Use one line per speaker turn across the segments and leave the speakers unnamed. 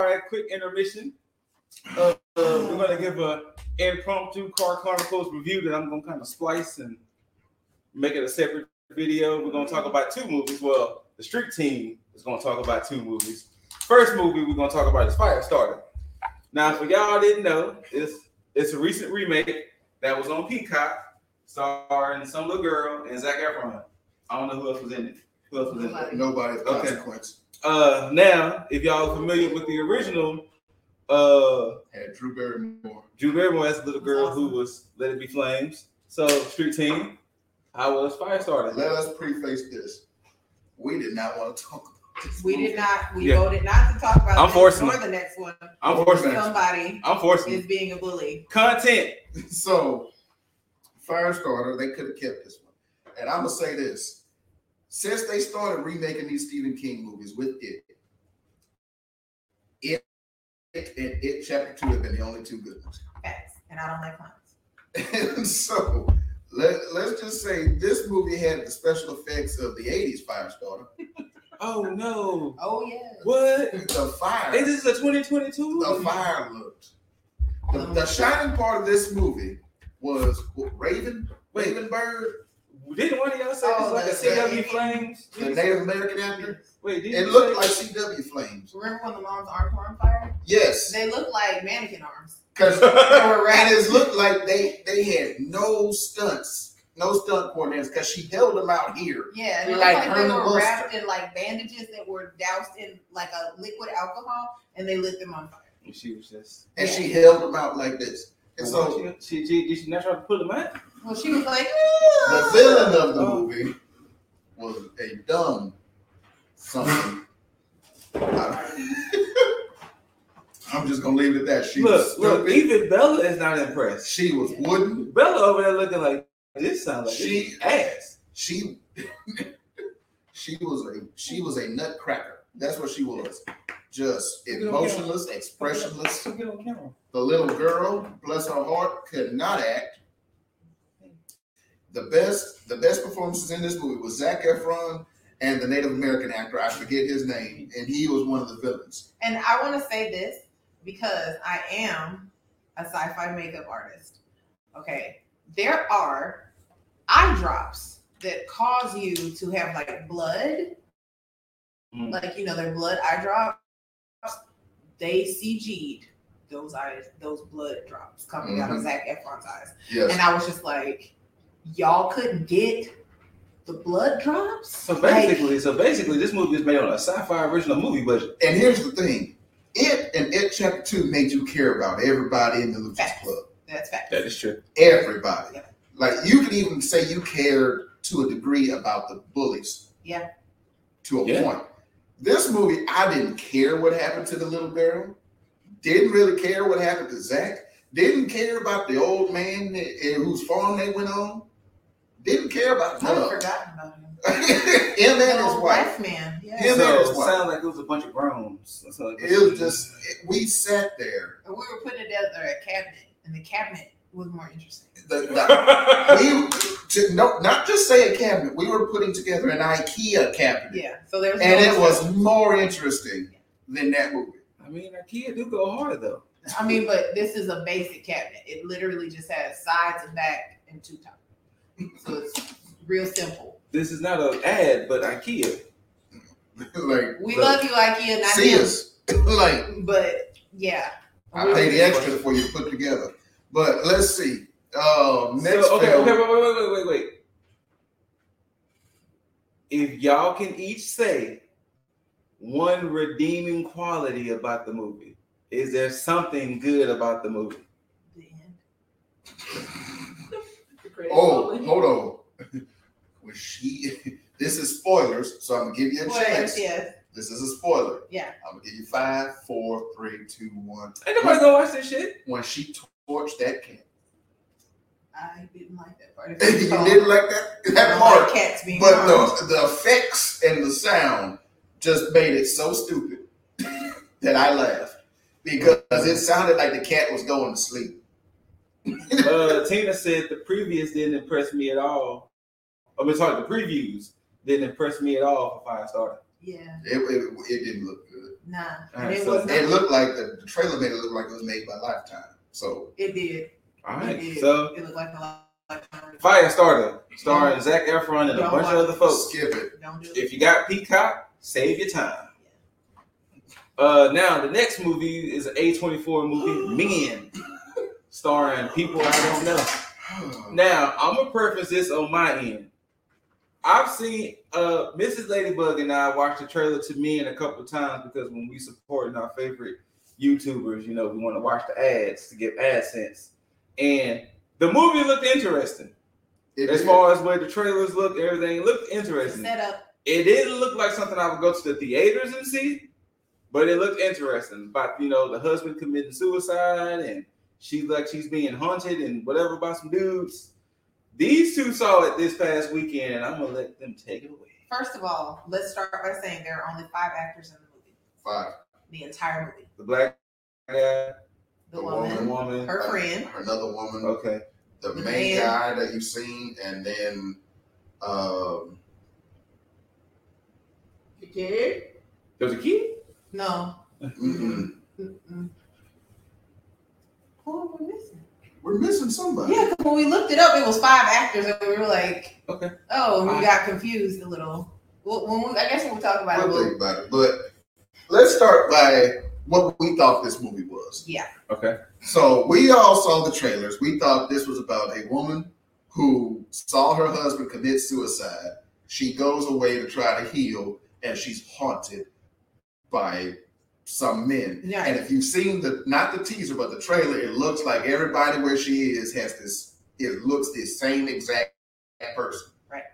All right, quick intermission. Uh, uh, we're gonna give a impromptu Car Chronicles review that I'm gonna kind of splice and make it a separate video. We're gonna talk about two movies. Well, the Street Team is gonna talk about two movies. First movie we're gonna talk about is Firestarter. Now, for y'all didn't know, it's it's a recent remake that was on Peacock, starring some little girl and Zach Efron. I don't know who else was in it. Who else was in it?
Nobody's
Okay.
consequence
Uh, now, if y'all are familiar with the original, uh,
had Drew Barrymore.
Drew Barrymore as a little girl who was Let It Be Flames. So, Street Team, I was Firestarter.
Let us preface this. We did not want to talk about this.
We did not, we
Yeah.
voted not to talk about
I'm
this
forcing
or
it.
the next one.
I'm forcing it.
Somebody
I'm forcing it.
is being a bully.
Content.
So, Firestarter, they could have kept this one. And I'm gonna say this: since they started remaking these Stephen King movies with it, it, it, and it chapter two have been the only two good ones.
Facts. And I don't like clowns.
And so, let let's just say this movie had the special effects of the '80s Firestarter.
Oh no.
Oh, yeah.
What?
The fire.
Is this a 2022
the
movie?
fire looked. The, the shining part of this movie was what, Raven, Raven Bird,
Didn't one of y'all say
Oh,
it's
that's
like a CW
right.
Flames?
the Native American actor.
Wait, did
It looked like CW Flames.
Remember when the mom's arms were on fire?
Yes,
They look like mannequin arms.
because
They were
and
wrapped.
it looked like they they had no stunts, no stunt coordinators, because she held them out here.
Yeah, it looked
Like
like, they
Herman
were
Munster.
wrapped in like bandages that were doused in like a liquid alcohol and they lit them on fire.
She was just.
And she held them out like this. And so
Well, she, she, did she not try to pull him out?
Well, she was like,
the
"Ugh."
villain of the movie was a dumb something. I- I'm just gonna leave it at that. She was
Look, look,
stupid.
even Bella is not impressed.
She was wooden.
Bella over there looking like this sounds like
She-
this ass.
She she was a she was a nutcracker. That's what she was. Just emotionless, expressionless.
So get on camera.
The little girl, bless her heart, could not act. The best the best performances in this movie was Zach Efron and the Native American actor. I forget his name, and he was one of the villains.
And I want to say this because I am a sci fi makeup artist. Okay. There are eye drops that cause you to have like blood,
Mm.
like, you know, their blood eye drops. They CG'd those eyes, those blood drops coming out
Mm-hmm.
of
Mhm.
Zach Efron's eyes.
Yes.
And I was just like, y'all couldn't get the blood drops?
So
Like,
basically, so basically, this movie is made on a sci-fi original movie budget.
And here's the thing. It and It Chapter 2 made you care about everybody in the Lucas
Facts.
Club.
that's fact.
That is true.
everybody.
Yeah.
Like you can even say you cared to a degree about the bullies.
Yeah.
To a
Yeah.
point. This movie, I didn't care what happened to the little girl. Didn't really care what happened to Zach. Didn't care about the old man that- eh, whose farm they went on. Didn't care about
I Oh,
none
had
of them.
forgotten about him.
him and
The
his
old
wife.
black man. Yeah.
Him
so
and his
it
wife.
sounds like it was a bunch of groans. So
It was just we sat there.
we were putting together a cabinet, and the cabinet was more interesting.
The- the- we to, no, not just say a cabinet. We were putting together an IKEA cabinet.
Yeah. So there was.
and
no-
it was more interesting than that movie.
I mean, IKEA do go hard though.
I mean, but this is a basic cabinet. It literally just has sides and back and two tops. So it's real simple.
This is not an ad, but IKEA.
like,
We
Look.
love you, IKEA, not
see
him.
us. like,
But yeah.
I paid the extra for you to put together. But let's see. Uh, next
So, okay,
film.
okay, wait, wait, wait, wait, wait. If y'all can each say one redeeming quality about the movie, is there something good about the movie?
Oh, hold on. Was she? This is spoilers, so I'm gonna give you a
Spoilers,
chance.
yes.
This is a spoiler.
Yeah.
I'm gonna give you five, four, three, two, one.
Ain't nobody gonna watch this shit.
When she torched that cat,
I didn't like that part.
you didn't like that
I
that
don't
part.
like cats being
But
harmed.
the the effects and the sound just made it so stupid that I laughed because it sounded like the cat was going to sleep.
uh, Tina said the previous didn't impress me at all. I mean, sorry, the previews didn't impress me at all for Firestarter.
Yeah.
It, it, it didn't look good.
Nah.
All
and
right,
it
so
was
It looked like the trailer made it look like it was made by Lifetime. So
it did.
All
It
right,
did.
so
it looked like a lot. Like,
Firestarter, starring Zach Efron and a
Don't
bunch
watch
of other
it.
folks.
skip it.
don't do it.
If you got Peacock, save your time. Uh, now the next movie is an A24 movie, Men, starring people I don't know. Now, I'm gonna preface this on my end. I've seen uh Mrs. Ladybug and I watched the trailer to me and a couple of times because when we supporting our favorite YouTubers, you know, we want to watch the ads to get AdSense. And the movie looked interesting.
It
As
did.
far as where the trailers looked, everything looked
The
interesting.
setup.
It didn't look like something I would go to the theaters and see, but it looked interesting. About you know, the husband committing suicide and she's like she's being haunted and whatever by some dudes. These two saw it this past weekend, and I'm gonna let them take it away.
First of all, let's start by saying there are only five actors in the movie.
Five.
The entire movie.
The black guy,
The,
The
woman,
the woman.
her friend,
Another woman.
Okay,
the
The
main
man.
guy that you've seen, and then um,
the kid.
there's a kid.
No.
mm-mm,
Mm-mm. Who are we missing?
we're missing somebody.
Yeah, 'cause when we looked it up, it was five actors, and we were like,
Okay.
oh, and we
I-
got confused a little. Well, when we, I guess when we talk about it,
We'll
we'll,
think about it. But let's start by what we thought this movie was.
Okay,
So we all saw the trailers. We thought this was about a woman who saw her husband commit suicide. She goes away to try to heal, and she's haunted by some men.
Yeah.
And if you've seen the not the teaser but the trailer, it looks like everybody where she is has this. It looks the same exact person.
Right.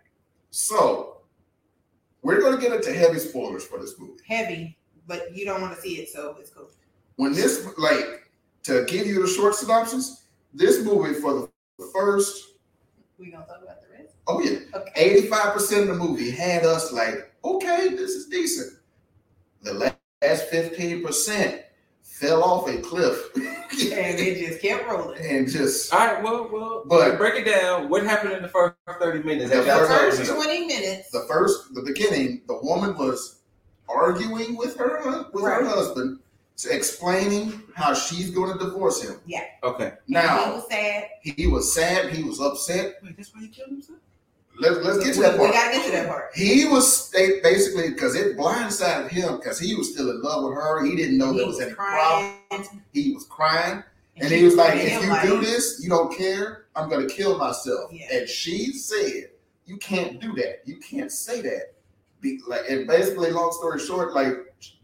So we're going to get into heavy spoilers for this movie
heavy, but you don't want to see it, so it's cool.
when this like to give you the short synopsis, this movie for the first
We gonna talk about the rest.
oh yeah,
Okay.
eighty five percent of the movie had us like okay, this is decent. The la- last fifteen percent fell off a cliff
and it just kept rolling.
and just
all right. Well, well,
But-
break it down. What happened in the first thirty minutes?
The
Have
The
y'all
first-
seen
first
it?
twenty minutes.
the first the beginning, the woman was arguing with her hu- with her
Right.
husband, explaining how she's going to divorce him.
Okay.
he
Now
was sad.
he was sad, he was upset.
Wait, that's why he killed himself.
Let's let's get to
we,
that part.
We gotta get to that part.
He was they basically because it blindsided him because he was still in love with her. He didn't know
He
there was,
was
any problem.
crying,
He was crying, and,
she
he was like,
looking at
"If
him
you do this, you don't care. I'm gonna kill myself."
Yeah.
And she said, "You can't do that. You can't say that." Be, like, and basically, long story short, like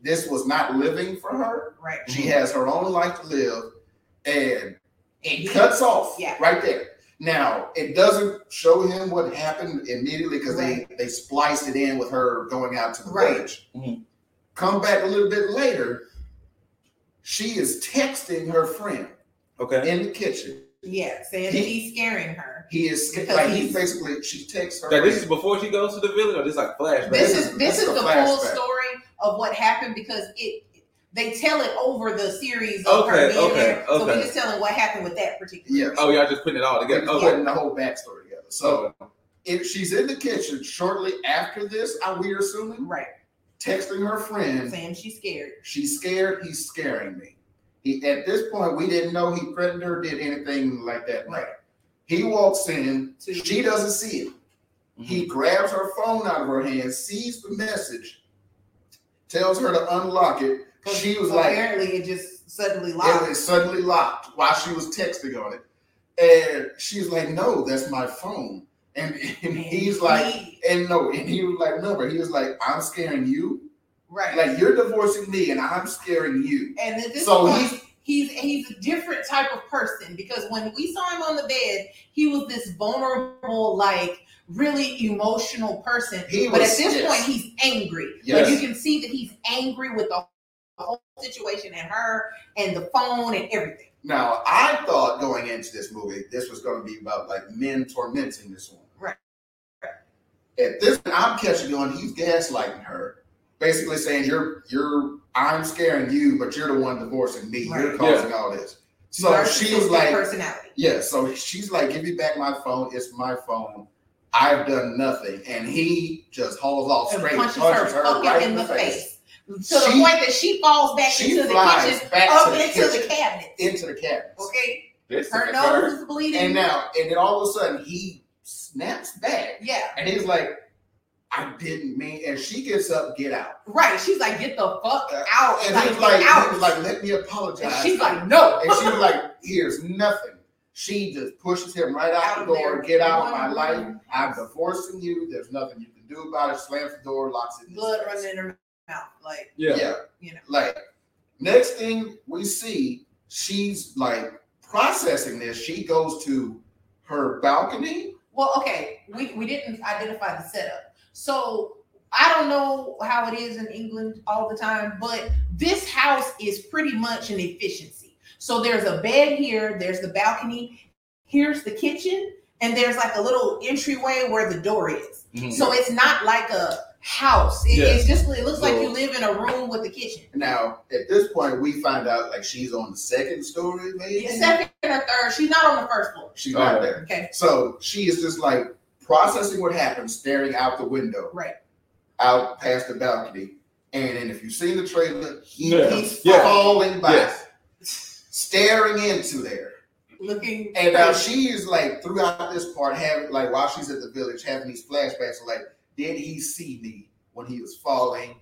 this was not living for her.
right?"
She has her own life to live, and
And he-
cuts off
Yeah.
right there. Now it doesn't show him what happened immediately because they they spliced it in with her going out to the
Right.
village.
Mhm.
Come back a little bit later, she is texting her friend
Okay.
in the kitchen.
yeah, saying that
He-
he's scaring her.
He is
Because
like
he's-
he's basically she texts her.
Now, this is
friend.
before she goes to the village, or this like flashback.
This
this
is
is-
this
this
is
is
the
a
full
flashback.
story of what happened because it they tell it over the series of her
Okay,
being
okay,
there, so
okay.
we're just telling what happened with that particular.
yeah.
Oh, y'all just putting it all together.
We're
Okay.
putting the whole backstory together. So
So,
if she's in the kitchen shortly after this, I we're assuming
Right,
texting her friend.
saying she's scared.
She's scared. He's scaring me. He at this point we didn't know he threatened her, did anything like that.
Right.
He walks in.
To-
She doesn't see it.
Mm-hmm.
He grabs her phone out of her hand, sees the message, tells her to unlock it. She was like,
apparently it just suddenly
it
locked.
was suddenly locked while she was texting on it, and she's like, "No, that's my phone." And, and he's like,
He-
"And no," and he was like, "No," but he was like, "I'm scaring you.
right.
Like you're divorcing me, and I'm scaring you."
And at this
So
point, he's he's a different type of person because when we saw him on the bed, he was this vulnerable, like really emotional person.
He
But at
was
this
yes.
point, he's angry.
Yes.
Like you can see that he's angry with the whole situation and her and the phone and everything.
Now, I thought going into this movie, this was going to be about like men tormenting this woman.
Right.
At this, I'm catching on. He's gaslighting her, basically saying, "You're, you're, I'm scaring you, but you're the one divorcing me. You're
Right.
causing all this." So she was
Narcissistic
like,
personality.
"Yeah." So she's like, "Give me back my phone. It's my phone. I've done nothing." And he just hauls off
And
straight,
punches,
punches,
her,
her
fucking
right
in the face. to the point that she falls back
she
into the
flies
kitchen,
back to
up
the
into
kitchen.
the cabinet.
into the cabinets.
Okay,
This is
her
the
nose
first.
is bleeding.
And now, and then all of a sudden, he snaps back,
yeah,
and he's like, "I didn't mean." And she gets up, get out.
right. She's like, get the fuck
Uh,
out,
And
like,
he's
get
like,
out.
he was like, "Let me
and
apologize."
she's like, no.
and she's like, "Here's nothing." She just pushes him right out, the door.
there.
Get out of my
One
life.
room,
I'm divorcing you. There's nothing you can do about it. Slams the door, locks it. in his
Blood
face.
running in her mouth, like
Yeah.
you know.
Like, next thing we see, she's like processing this. She goes to her balcony.
Well, okay, we, we didn't identify the setup. So I don't know how it is in England all the time, but this house is pretty much an efficiency. So there's a bed here, there's the balcony, here's the kitchen, and there's like a little entryway where the door is.
Mhm.
Mm-hmm.
So it's not like a house. It, It's just it looks like you live in a room with a kitchen.
Now, at this point, we find out like she's on the second story, maybe.
Second or third, she's not on the first floor.
She's not
Okay.
there.
Okay,
So she is just like processing what happened, staring out the window,
right.
out past the balcony. And then if you've seen the trailer, he
Yeah.
keeps
Yeah.
falling by,
Yes.
staring into there.
Looking
And now
crazy.
she is like throughout this part, having like while she's at the village, having these flashbacks of like, did he see me when he was falling?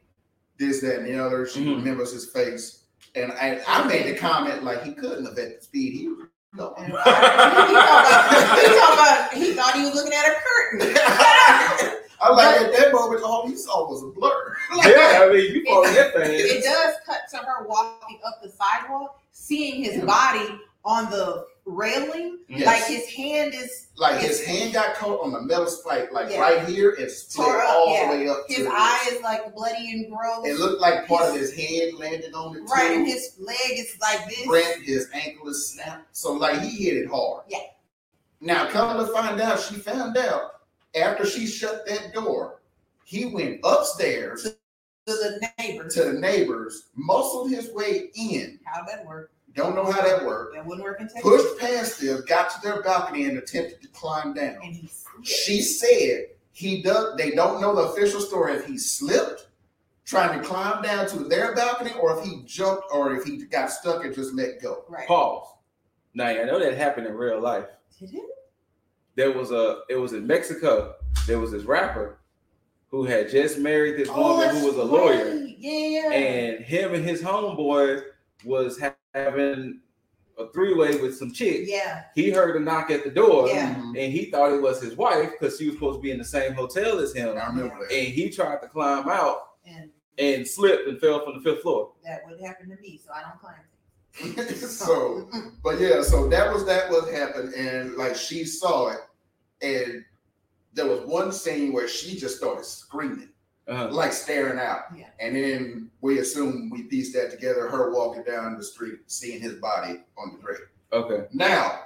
This, that, and the other. She
Mhm.
remembers his face. And I, I made the comment like he couldn't have at the speed he was
he,
going.
talking about, he talking about he thought he was looking at a curtain.
I'm like at that moment, all he saw was a blur.
Yeah, I mean, you fall in that thing.
It does cut to her walking up the sidewalk, seeing his body on the railing, like his hand is
Like his hand got caught on the metal spike, like
Yeah.
right here, and split
Tore up,
all
yeah.
the way up. to
his
the-
eye is like bloody and gross.
It looked like part of his head landed on it.
right,
too.
and his leg is like this.
Brent, his ankle is snapped. So like he hit it hard.
Yeah.
Now come to find out, she found out after she shut that door, he went upstairs
to the neighbors.
to the neighbors, muscled his way in.
How'd that work?
Don't know how that worked.
That wouldn't work in Texas.
Pushed past them, got to their balcony, and attempted to climb down.
And he slipped.
She said he does. They don't know the official story if he slipped trying to climb down to their balcony, or if he jumped, or if he got stuck and just let go.
Right.
Pause. Now I know that happened in real life.
Did it?
There was a it was in Mexico. There was this rapper who had just married this woman
Oh, that's
who was a
right.
lawyer,
Yeah.
and him and his homeboy was ha- having a three way with some chick.
yeah.
He heard a knock at the door,
Yeah.
Mhm.
and he thought it was his wife because she was supposed to be in the same hotel as him.
I remember that.
And he tried to climb out
And
and slipped and fell from the fifth floor.
that would happen to me, so I don't claim it.
so, but yeah, so that was that what happened, and like she saw it, and there was one scene where she just started screaming,
Uh-huh.
like staring out,
Yeah.
and then we assume we pieced that together. Her walking down the street, seeing his body on the grave.
Okay.
Now,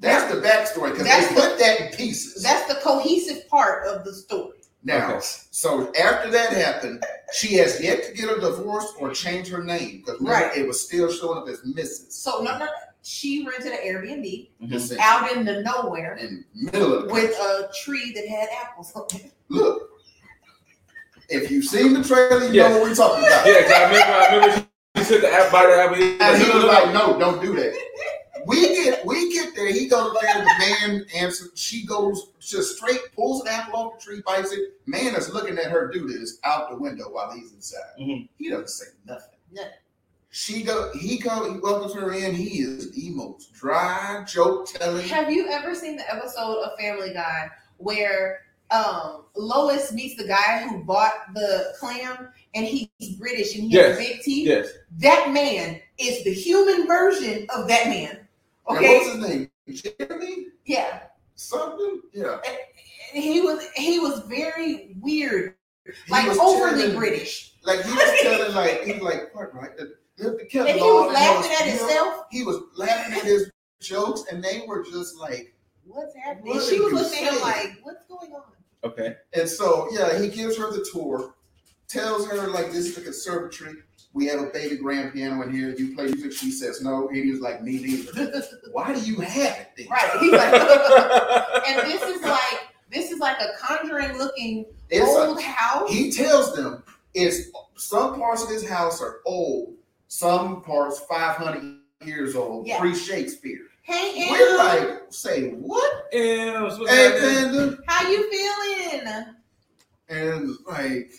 that's the backstory because
That's
they
the-
put that in pieces.
That's the cohesive part of the story.
now,
Okay.
so after that happened, she has yet to get a divorce or change her name because
Right.
it was still showing up as Mrs.
So no, no, no. she rented an Airbnb
Mhm.
out in the nowhere
in middle of the
with a tree that had apples. on it.
Look, if you've seen the trailer, you
Yes.
know what we're talking about.
Yeah, 'cause I remember, I remember she, she took the app by the app.
And he was like, "No, don't do that." We get we get there. He goes there. The man answers. She goes just straight, pulls an apple off the tree, bites it. Man is looking at her do this out the window while he's inside.
Mhm.
He doesn't say nothing.
Nothing.
She go. He go. He welcomes her in. He is the most dry joke telling.
Have you ever seen the episode of Family Guy where um, Lois meets the guy who bought the clam and he's British and he has big teeth?
Yes.
That man is the human version of that man.
And
Okay.
what's his name? Jeremy
Yeah.
something. Yeah.
And he was he was very weird,
He
like
was
overly
telling-
British,
Like he was telling, like he was like, "What, right?" The, the, the
and he was laughing at himself.
He was laughing at his jokes, and they were just like.
What's happening?
What
she
are
was
you
looking at him
saying?
like, "What's going on?"
Okay.
And so, yeah, he gives her the tour, tells her like, "This is the conservatory. We have a baby grand piano in here. You play music." She says, "No." And he was like, "Me neither." Why do you have it? Then?
Right? He's like, and this is like this is like a conjuring looking
It's a-
old house.
he tells them It's some parts of this house are old, some parts 500 years old,
Yeah.
pre Shakespeare.
Hey, Em,
We're like, say what?
And what's
Hey,
happening?
Panda.
how you feeling?
And like,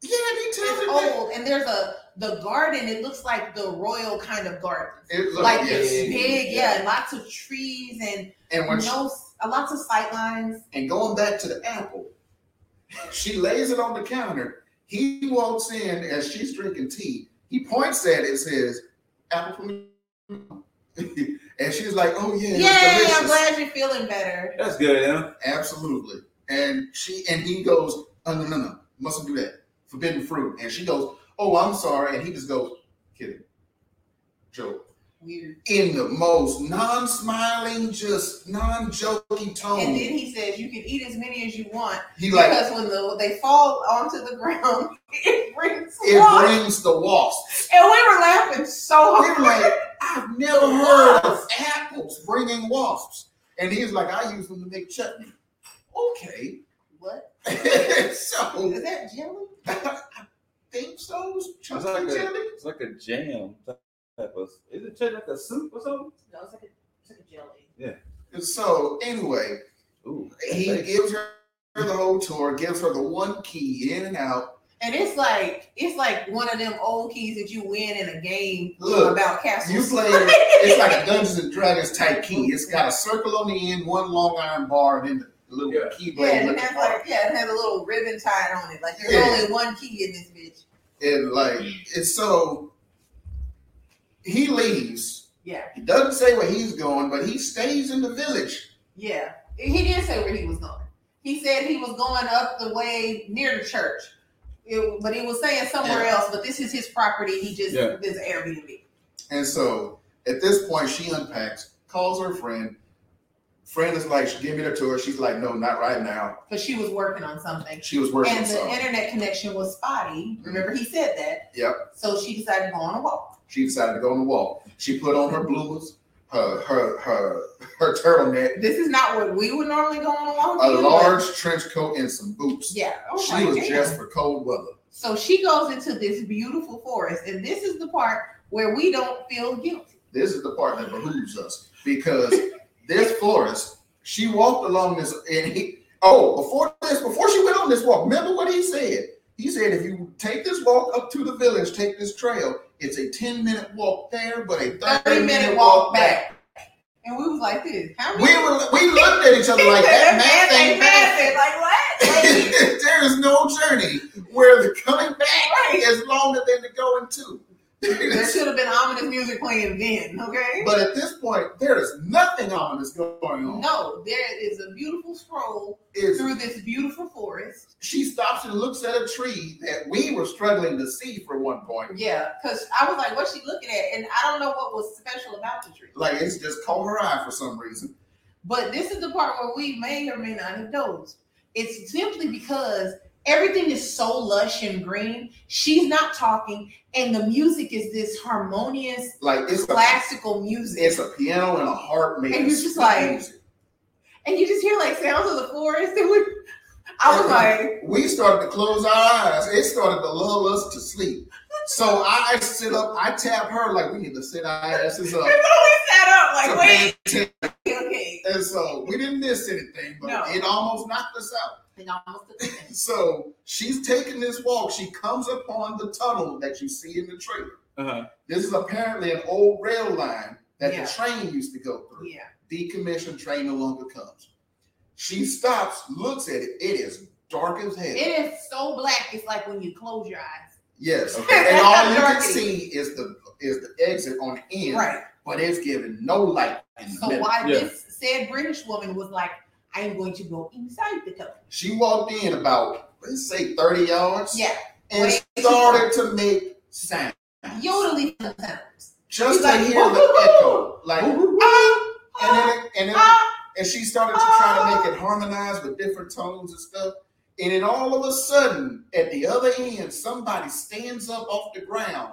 yeah, they tell
It's
me that-
old, and there's a the garden. It looks like the royal kind of garden,
It looked,
like
yes.
it's big, yeah, and lots of trees and
And when she-
no, uh, lots of sight lines.
And going back to the apple, she lays it on the counter. He walks in as she's drinking tea. He points at it and says, Apple from you?" and she's like, Oh, yeah.
Yay!
it's
I'm
delicious."
glad you're feeling better.
That's good, huh?
Absolutely. And she and he goes, Oh, no, no, no. Mustn't do that. Forbidden fruit. And she goes, Oh, I'm sorry. And he just goes, Kidding. Joke.
Weird.
In the most non smiling, just non jokey tone.
And then he says you can eat as many as you want
he like,
because when the, they fall onto the ground, it brings
It
water.
brings the wasps.
And we were laughing so
We
hard.
were like, I've never heard of apples bringing wasps. And he's like, I use them to make chutney. Okay.
What
so,
is that, jelly?
I think so. Is
It's
Chutney
like, a,
jelly?
it's like a jam type of. Is it chili like a soup or something?
No, it's like a, it's like a jelly.
And so, anyway,
Ooh.
he
thanks.
gives her the whole tour, gives her the one key in and out.
And it's like it's like one of them old keys that you win in a game
Look,
about castles.
You play it's like a Dungeons and Dragons type key. It's got a circle on the end, one long iron bar, and then the little
Yeah.
key blade.
yeah, and it
looking
has
part.
like yeah, it has a little ribbon tied on it. Like there's
Yeah.
only one key in this bitch.
And like, it's so he leaves.
Yeah,
He doesn't say where he's going, but he stays in the village.
yeah. He didn't say where he was going. He said he was going up the way near the church. It- but he was saying somewhere else. But this is his property. He just
Yeah.
this Airbnb.
And so at this point, she unpacks, calls her friend. Friend is like, give me the tour. She's like, no, not right now.
Because she was working on something.
She was working.
And the
so
internet connection was spotty. Remember, he said that.
Yep.
So she decided to go on a walk.
she decided to go on the walk. She put on her bloomers, her her her her turtleneck,
This is not what we would normally go on a walk.
a
in, but-
large trench coat, and some boots.
Yeah. Oh
She
my
was
damn.
dressed for cold weather.
so she goes into this beautiful forest, and this is the part where we don't feel guilty.
this is the part that behooves us because this forest, she walked along this, and he, oh, before this, before she went on this walk, remember what he said? He said, if you take this walk up to the village, take this trail, it's a 10 minute walk there, but a 30, minute, walk back.
And we was like this. How
We
many
were, we looked at each other like that math ain't math.
Like what? Like,
there is no journey where the coming back
Right.
is longer than the going
there
to.
should have been ominous music playing then, okay?
but at this point, there is nothing ominous going on.
No, there is a beautiful stroll
It's
through this beautiful forest.
she stops and looks at a tree that we were struggling to see for one point.
Yeah, because I was like, what's she looking at? And I don't know what was special about the tree.
Like it's just caught her eye for some reason.
But this is the part where we may or may not have dozed. It's simply because everything is so lush and green. She's not talking, and the music is this harmonious
Like it's a,
classical music.
it's a piano and a harp making.
And you're just
sweet
like-
music.
And you just hear like sounds of the forest. And we, I was like,
we started to close our eyes. It started to lull us to sleep. So I sit up, I tap her like we need to sit our asses up.
we sat up,
to
like,
pay
wait,
attention.
okay.
And so we didn't miss anything, but
No.
it almost knocked us out.
And I almost took the thing.
So she's taking this walk. She comes upon the tunnel that you see in the trailer.
Uh-huh.
This is apparently an old rail line that
Yeah.
the train used to go through.
Yeah.
Decommissioned train no longer comes. She stops, looks at it. It is dark as hell.
It is so black. It's like when you close your eyes.
yes.
Okay.
And all you can
Dark.
see is the is the exit on the end,
Right.
but it's giving no light in the
So
middle.
why
Yeah.
this said British woman was like, I am going to go inside the tunnel.
She walked in about let's say 30 yards
Yeah.
and
Way too
started to make sound.
yodeling sometimes. She's
Just to
like,
hear the echo. Like "Ah," and then, and then
Ah,
and she started to try to make it harmonize with different tones and stuff. And then all of a sudden, at the other end, somebody stands up off the ground,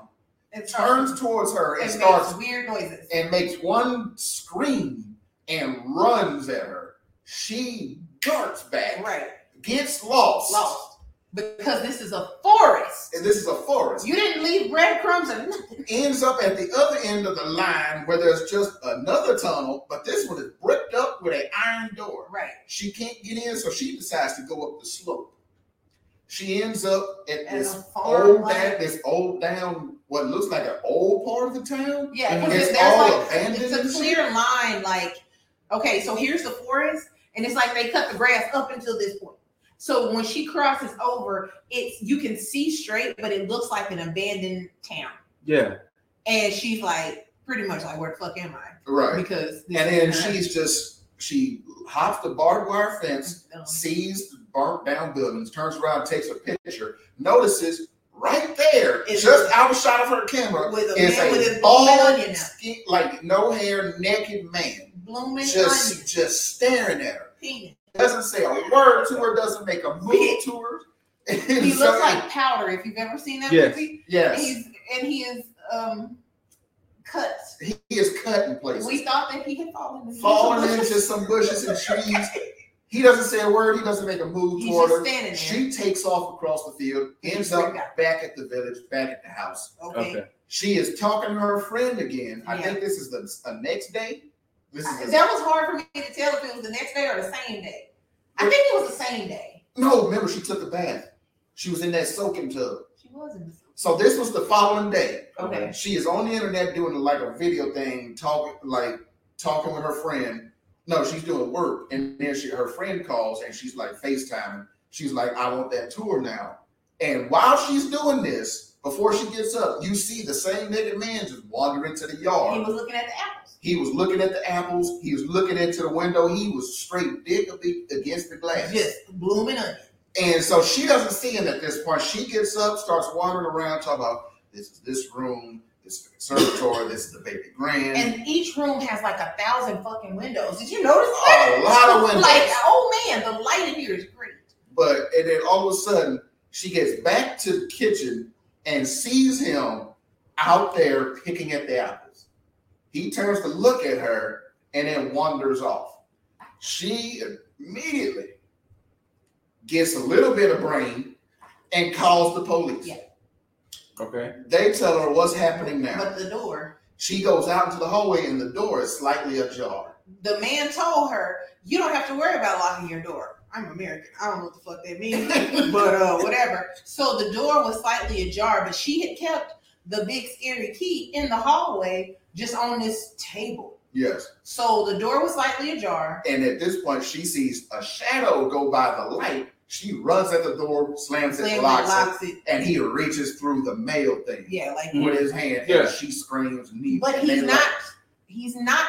it
turns towards her, and
makes
starts
weird noises.
and makes one scream and runs at her. She darts back,
Right,
gets lost,
lost. because this is a forest.
And this is a forest.
You didn't leave breadcrumbs or nothing.
ends up at the other end of the line where there's just another tunnel, but this one is bricked up with an iron door.
Right.
She can't get in, so she decides to go up the slope. She ends up at
At
this
a farm
old
land.
down, this old down, what looks like an old part of the town.
Yeah,
Mhm.
because
It's
there's
all
like
abandoned
it's
and
a
shit.
clear line. Like, okay, so here's the forest, and it's like they cut the grass up until this point. So when she crosses over, it's you can see straight, but it looks like an abandoned town.
Yeah.
And she's like, pretty much like, where the fuck am I?
Right.
Because
And then she's just she hops the barbed wire fence, sees the burnt down buildings, turns around, takes a picture, notices right there,
Is-
just outshot of her camera,
with a
is
man with
a
his
bald,
onion up,
skin, like no hair, naked man,
blooming
just
onion,
just staring at her.
penis.
Doesn't say a word to her. Doesn't make a move to her. And
He
so-
looks like powder. If you've ever seen that
Yes.
movie,
yes,
he's and he is um cut.
he is cut in places,
We thought that he had fallen asleep.
falling into some bushes and trees. He doesn't say a word. He doesn't make a move
He's
toward her.
just standing there.
She takes off across the field, ends up back at the village, back at the house.
okay.
Okay.
She is talking to her friend again. I think this is the, the next day. This is the,
That was hard for me to tell if it was the next day or the same day. I think it was the same day.
no. Remember, she took a bath. She was in that soaking tub.
She wasn't.
So this was the following day.
Okay.
She is on the internet doing like a video thing, talking like talking with her friend. No, she's doing work, and then she her friend calls and she's like FaceTiming. She's like, I want that tour now. And while she's doing this, before she gets up, you see the same naked man just wander into the
He
yard.
was looking at the apples.
He was looking at the apples. He was looking into the window. He was straight dick against the glass.
Just blooming onion.
And so she doesn't see him at this point. She gets up, starts wandering around, talking about this is this room, this is the conservatory, this is the baby grand.
And each room has like a thousand fucking windows. Did you notice that?
a lot of windows.
Like, oh man, the light in here is great.
but and then all of a sudden she gets back to the kitchen and sees him out there picking at the apples. He turns to look at her and then wanders off. She immediately gets a little bit of brain and calls the police.
Yeah.
Okay.
They tell her what's happening now.
But the door,
She goes out into the hallway and the door is slightly ajar.
the man told her, "You don't have to worry about locking your door. I'm American. I don't know what the fuck that means." but uh, whatever. So the door was slightly ajar, but she had kept the big scary key in the hallway, just on this table.
yes.
So the door was slightly ajar.
And at this point, she sees a shadow go by the light. She runs at the door, slams
Slammed
it,
it,
locks it,
locks it.
and he reaches through the mail thing
Yeah, like.
with his hand.
Yeah.
And she screams, knee.
But
Mm-hmm. and
he's
they
not.
like-
He's not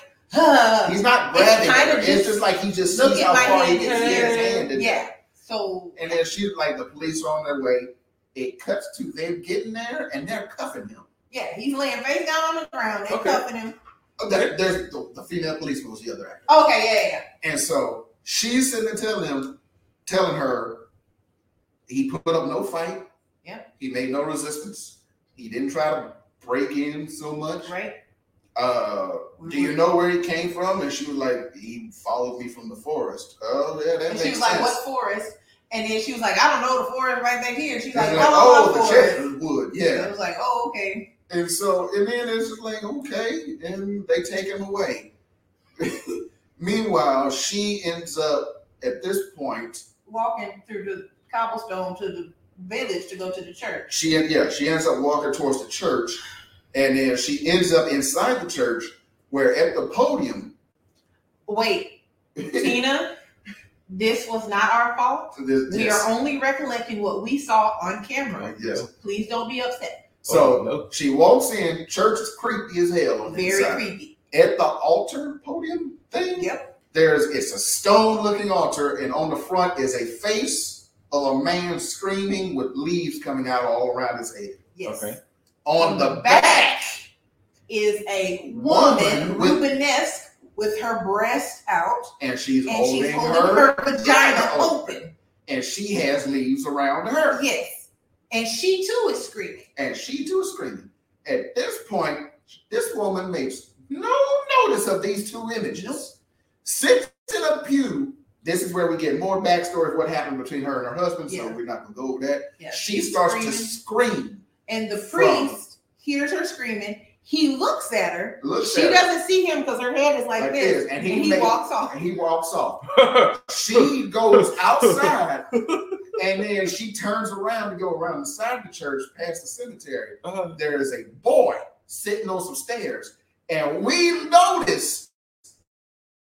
like. Huh,
he's not
It's
grabbing
kinda
her. It's
just,
just like he just
look
sees
at
how
my
far he
hand.
can see his hand. in there.
yeah. So
And then she's like, the police are on their way. It cuts to them getting there and they're cuffing him.
yeah, he's laying face down on the ground. They're
Okay.
cuffing him.
Oh, there- There's the, the female policeman was the other actor.
Okay, yeah, yeah, yeah.
And so she's sitting there telling him, telling her, he put up no fight.
Yeah.
He made no resistance. He didn't try to break in so much.
Right.
Uh,
We
do you
were-
know where he came from? And she was like, he followed me from the forest. Oh yeah, that
And
makes
she was
sense.
like, "What forest?" And then she was like, "I don't know the forest right back here." She's like,
And
"I
they're like,
don't
oh,
know
the
the forest."
Chestnut
I
yeah.
was like, "Oh, okay."
And so, and then it's just like, okay, and they take him away. Meanwhile, she ends up at this point
Walking through the cobblestone to the village to go to the church.
she yeah she ends up walking towards the church and then she ends up inside the church where at the podium
Wait, Tina, this was not our fault.
this-
We
yes.
are only recollecting what we saw on camera.
Yes.
Please don't be
Oh,
upset.
so
no.
she walks in church is creepy as hell on the
Very
inside.
creepy.
at the altar podium thing
Yep.
there's it's a stone looking altar and on the front is a face of a man screaming with leaves coming out all around his head
Yes.
Okay.
on, the, back,
is a woman,
Woman with-
Rubenesque, with her breast out
and she's
and
holding,
she's holding
her,
her, vagina
open.
open.
and she has leaves around her
Yes. And she too is screaming.
and she too is screaming. At this point, this woman makes no notice of these two images. Sits in a pew This is where we get more backstory of what happened between her and her husband. So
Yeah.
we're not gonna go over that.
Yeah.
She starts to
screaming.
scream.
And the
From-
priest hears her screaming. He looks at her.
Looks
she
at her
doesn't see him because her head is like,
like
this.
this, and he,
and he
makes-
walks off.
And he walks off.
Uh-huh.
She goes outside, and then she turns around to go around the side of the church, past the cemetery.
Uh,
there is a boy sitting on some stairs, and we notice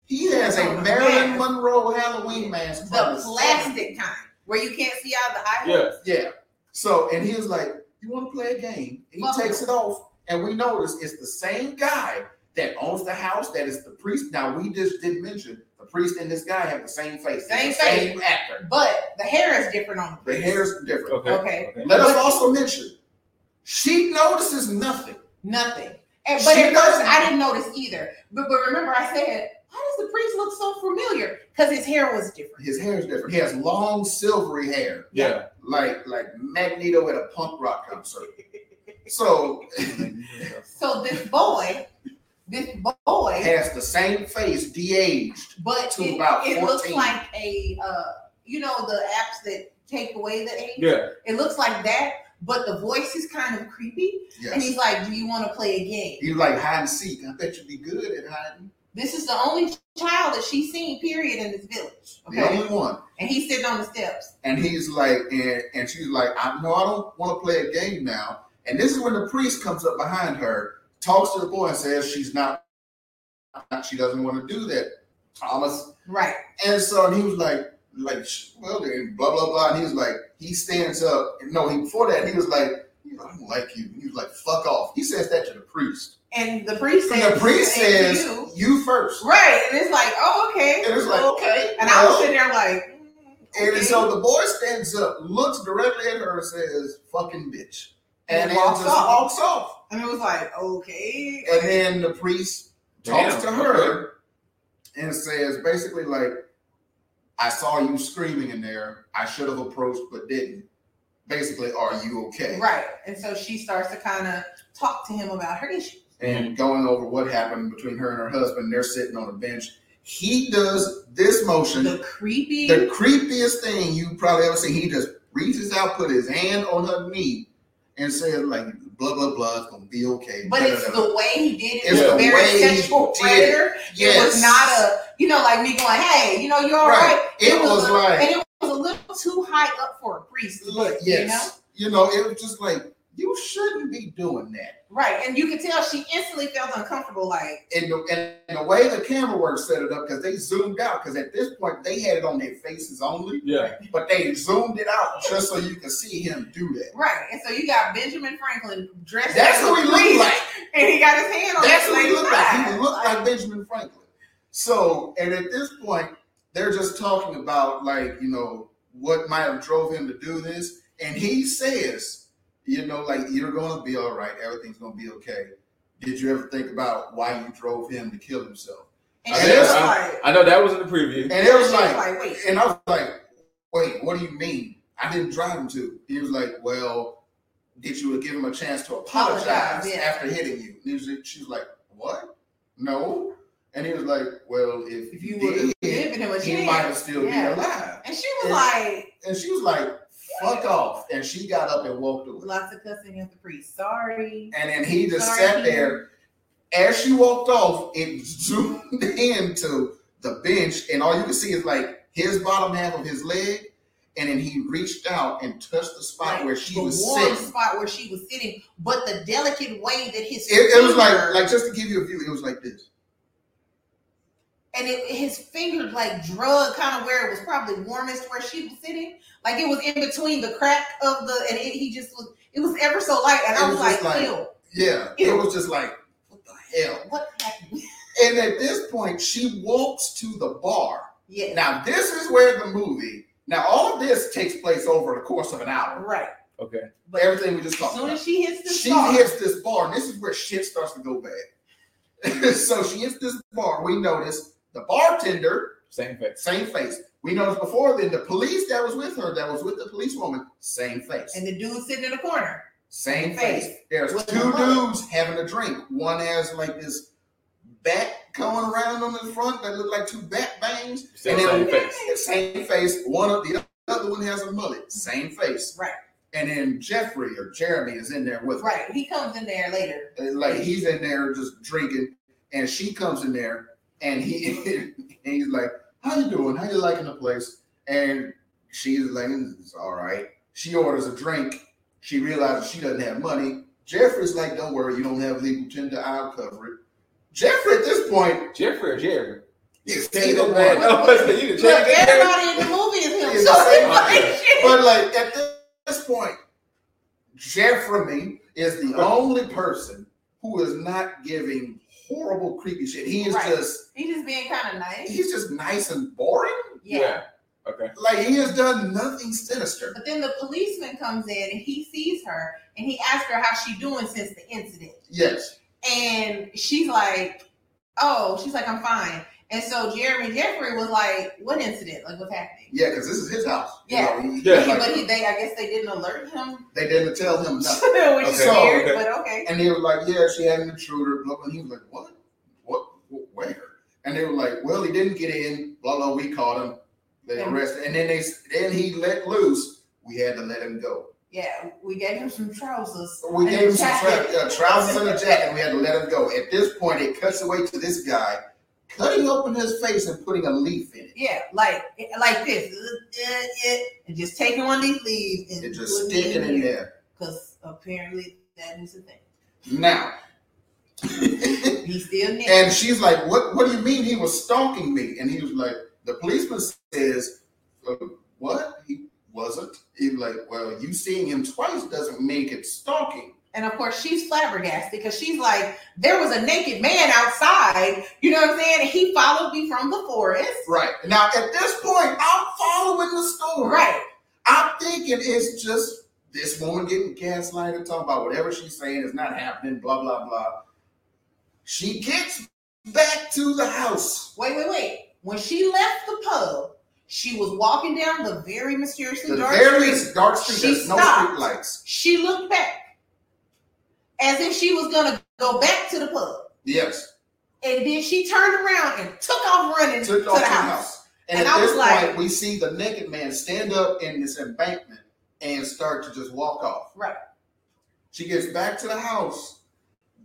he has a Marilyn Monroe Halloween mask. from
The
70s.
plastic kind where you can't see out of the eye. hole.
yeah.
Yeah. So, and he was like, You want to play a game? And he
Fuck
takes
it.
it off, and we notice it's the same guy that owns the house that is the priest. Now, we just did mention the priest and this guy have the same face, They're
Same
the
face.
same actor.
But the hair is different on the
The
priest.
hair's different.
Okay.
Okay.
Let us also mention she notices nothing.
Nothing. And, but
She
at first,
doesn't-
I didn't notice either. But, but remember, I said, why does the priest look so familiar? Because his hair was different.
His hair is different. He has long, silvery hair.
Yeah.
like like Magneto at a punk rock concert. So
So this boy, this boy,
has the same face, de-aged.
but
to
it,
about
it looks
14.
like a, uh, you know, the apps that take away the age.
Yeah.
It looks like that, but the voice is kind of creepy. And
Yes,
he's like, do you want to play a game?
you like hide and seek. I bet you'd be good at hiding.
This is the only child that she's seen, period, in this village.
The
Okay.
only one.
And he's sitting on the steps.
And he's like, and, and she's like, I no, I don't want to play a game now. And this is when the priest comes up behind her, talks to the boy, and says she's not, not- she doesn't want to do that, Thomas.
Right.
And so and he was like, like sh- well, then, blah blah blah. And he was like, he stands up. No, he, before that, he was like, I don't like you. He was like, fuck off. He says that to the priest.
And the priest
And
says,
the priest
"Thank
says
you."
you. first.
Right. And it's like, oh, okay.
And it's like, okay.
And I was
well.
sitting there like, mm,
And so the boy stands up, looks directly at her, and says, fucking bitch. And
And
then
walks
just
off.
walks off.
and it was like, okay.
And then the priest talks to
Damn,
her and says, basically, like, I saw you screaming in there. I should have approached but didn't. Basically, are you okay?
Right. And so she starts to kind of talk to him about her issue.
and going over what happened between her and her husband. They're sitting on a bench. He does this motion.
The creepy.
the creepiest thing you probably ever seen. He just reaches out, put his hand on her knee, and says like, "Blah blah blah, it's gonna be okay."
but it's
Da, da, da.
the way he did it. It
It's
was
the
very
way he
sexual
did it.
predator. It
Yes.
was not a, you know, like me going, hey, you know, you're all right.
Right. It was
a,
like-
and it was a little too high up for a priest.
look. Yes, you know? it was just like you shouldn't be doing that.
Right. And you could tell she instantly felt uncomfortable. Like,
And the, and the way the camera work set it up because they zoomed out because at this point they had it on their faces only,
Yeah.
but they zoomed it out just so you could see him do that.
right. And so you got Benjamin Franklin dressed
That's
as
who
a
he looked
priest.
like.
and he got his hand on
That's
his
what he
lady's
looked like.
thigh.
He looked like Benjamin Franklin. So, and at this point, they're just talking about like you know what might have drove him to do this, and he says, you know, like you're gonna be all right, everything's gonna be okay. Did you ever think about why you drove him to kill himself?
And
I
she
guess
was
I-
like,
I know that was in the preview.
And it was
she was
like,
like, wait,
and I was like, wait, what do you mean? I didn't drive him to. He was like, well, did you give him a chance to apologize,
Apologize, yeah.
after hitting you? And he was, like- she was like, what? No. And he was like, well, if,
if
you
you would have
did,
given him a
he might have
chance.
still
Yeah.
be alive.
And she was
Yeah.
like,
And she was like, fuck off. And she got up and walked away.
lots of cussing at the priest. Sorry.
And then he just
Sorry.
sat there. As she walked off, it zoomed into the bench, and all you can see is like his bottom half of his leg. And then he reached out and touched the spot
Like,
where she
the
was
warm
sitting.
spot where she was sitting, but the delicate way that his
It, it was like,
finger-
like just to give you a view, it was like this.
and it, his finger like drug kind of where it was probably warmest where she was sitting, like it was in between the crack of the and it, he just was it was ever so light, and
It
I was,
was
like,
just like-
ew,
Yeah, it
Ew.
was just like, what the hell?
what happened?
And at this point, she walks to the bar.
Yeah,
Now, this is where the movie. Now, all of this takes place over the course of an hour.
right.
Okay.
But everything we just
As
talked
soon
about.
as she hits the
she
star,
hits this bar, and this is where shit starts to go bad. so she hits this bar. We notice the bartender,
Same face.
same face. We noticed before then the police that was with her, that was with the policewoman, same face.
and the dude sitting in the corner.
Same
Face.
face. There's
With
two
her mother.
dudes having a drink. One has like this bat going around on the front that look like two bat bangs.
Still
And
same
then-
face.
The same face. One of the other one has a mullet. Same face.
Right.
And then Jeffrey or Jeremy is in there with her.
Right. He comes in there later.
And, Like he's in there just drinking, and she comes in there, and he and he's like, "How you doing? How you liking the place?" And she's like, "It's all right." She orders a drink. She realizes she doesn't have money. Jeffrey's like, "Don't worry, you don't have legal tender. I'll cover it." Jeffrey at this point
Jeffrey or Jerry?
is
Either
single
one.
man.
I was gonna say, you the
Look,
Jerry Jerry?
everybody in the movie is him.
It's
So
the
it's
same
like
guy.
shit.
But like at this point, Jeffrey is the only person who is not giving horrible creepy shit. He is
Right.
just
He's just being kind of nice.
he's just nice and boring.
Yeah.
Okay.
Like he has done nothing sinister.
But then the policeman comes in and he sees her and he asks her how she doing since the incident.
Yes.
And she's like, "Oh, she's like I'm fine." And so Jeremy Jeffrey was like, "What incident? Like what's happening?"
Yeah, because this is his house. You
Yeah.
know, he-
Yeah.
like,
but he, they, I guess they didn't alert him,
they didn't tell him nothing.
which is
Okay.
weird.
Okay.
But okay,
And they were like, Yeah, she had an intruder, blah blah. And he was like, What? What Wh- where? And they were like, Well, he didn't get in, blah blah, we caught him. They
Yeah.
arrested and then they s- then he let loose. We had to let him go.
yeah, we gave him some trousers.
We
and
gave
a
him some
jacket.
tra- uh, trousers and a jacket. We had to let him go. At this point, it cuts away to this guy cutting open his face and putting a leaf in it.
Yeah, like like this, Uh, uh, uh, and just taking one of these leaves and
It just
putting
sticking in there.
because apparently that is the thing.
now.
He's still naked.
and she's like, "What? What do you mean he was stalking me?" And he was like, "The policeman says, uh, what? He wasn't." He's like, "Well, you seeing him twice doesn't make it stalking."
And of course, she's flabbergasted because she's like, there was a naked man outside. You know what I'm saying? And he followed me from the forest.
Right now, at this point, I'm following the story.
Right.
I'm thinking it's just this woman getting gaslighted, talking about whatever she's saying is not happening. Blah blah blah. She gets back to the house.
Wait, wait, wait. When she left the pub, she was walking down the very mysteriously
The
dark
very
street.
dark street.
She
There's no
stopped.
street lights.
She looked back as if she was going to go back to the pub.
Yes.
And then she turned around and took off running to
took it
the
off to the
house.
house. And,
And
at
I
this
was like-
point, we see the naked man stand up in this embankment and start to just walk off.
Right.
She gets back to the house,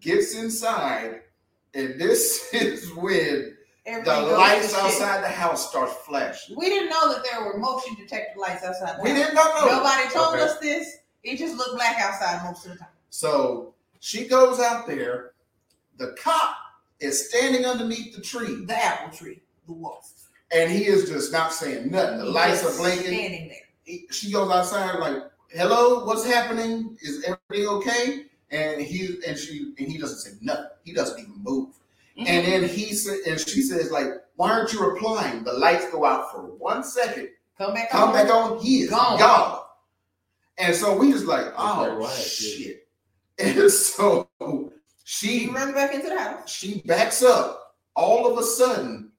gets inside, and this is when the
Everything goes to
lights
shit.
outside the house starts flashing.
We didn't know that there were motion detector lights outside. the
We
house.
did not know.
Nobody told
Okay.
us this. It just looked black outside most of the time.
So she goes out there. The cop is standing underneath the tree,
The apple tree, the wasp.
and he is just not saying nothing. The
He
lights
just
are blinking.
Standing there.
she goes outside like, "Hello, what's happening? Is everything okay?" And he and she and he doesn't say nothing. He doesn't even move. And then he sa- and she says like, "Why aren't you replying?" The lights go out for one second.
Mm-hmm. Come back.
Come
on.
back on. He is gone.
Gone.
And so we just like,
very
"Oh
wild,
shit!" And so she
He runs back into the house.
she backs up. All of a sudden,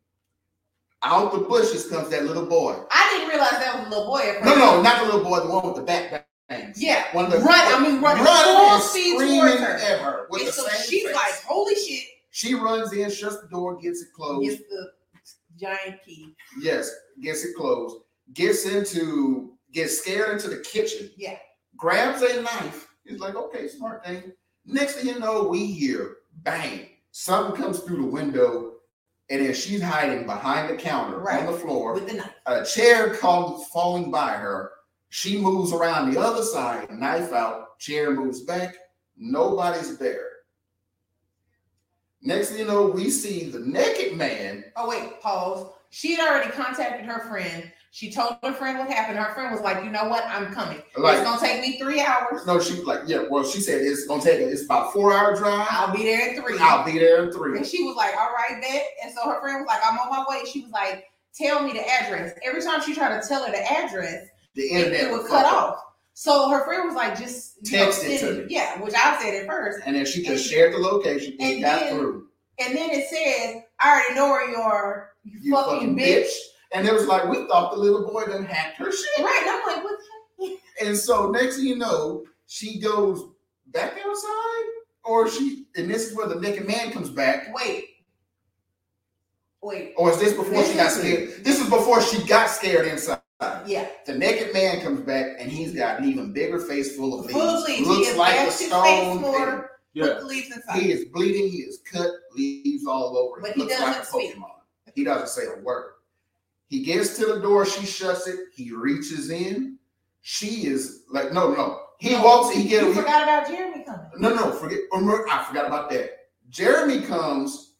out the bushes comes that little boy.
I didn't realize that was a little boy at
No,
first.
no, not the little boy. The one with the back bang.
Yeah.
One of the
Run. I mean, running full
running
speed
and
towards
screaming
her.
at her with
And
the
so
same
she's
face.
like, holy shit.
she runs in, shuts the door, gets it closed.
Gets the giant key.
Yes, gets it closed. Gets into, gets scared into the kitchen.
Yeah.
Grabs a knife. He's like, okay, smart thing. Next thing you know, we hear bang. Something comes through the window, and then she's hiding behind the counter
Right.
on the floor
With the knife.
a chair comes falling by her. She moves around the other side, knife out, chair moves back. Nobody's there. Next thing you know, we see the naked man.
Oh, wait. Pause. She had already contacted her friend. She told her friend what happened. Her friend was like, you know what? I'm coming. it's
Like,
going to take me three hours.
no, she's like, yeah, well, she said it's gonna take it's about four hour drive.
I'll be there in 3
I'll be there in three.
And she was like, all right, bet. And so her friend was like, I'm on my way. She was like, tell me the address. Every time she tried to tell her the address,
The
it,
internet
it would
was
cut
fucked up.
off. So her friend was like, just you
Text it
send
to me.
Yeah, which I said at first.
And then she just shared the location and
And
got
then-
through.
And then it says, I already know where you are, you, fucking, bitch.
And it was like, we thought the little boy done hacked her shit.
Right. And I'm like, what?
And so next thing you know, she goes back outside, or she, and this is where the naked man comes back.
Wait. Wait.
Or is this before she got
This is-
scared? This is before she got scared inside.
Yeah.
The naked man comes back and he's got an even bigger face full of leaves.
Full of leaves. He
Looks
has
like a
bashed his face
stone.
more.
and
Put
Yeah.
the leaves inside.
He is bleeding. He is cut. Leaves all over.
But
He
he
looks
doesn't
like a
speak.
Pokemon. He doesn't say a word. He gets to the door. She shuts it. He reaches in. She is like, no, no. He
No,
walks. He gets.
You forgot about Jeremy coming.
No, no, forget. remember- I forgot about that. Jeremy comes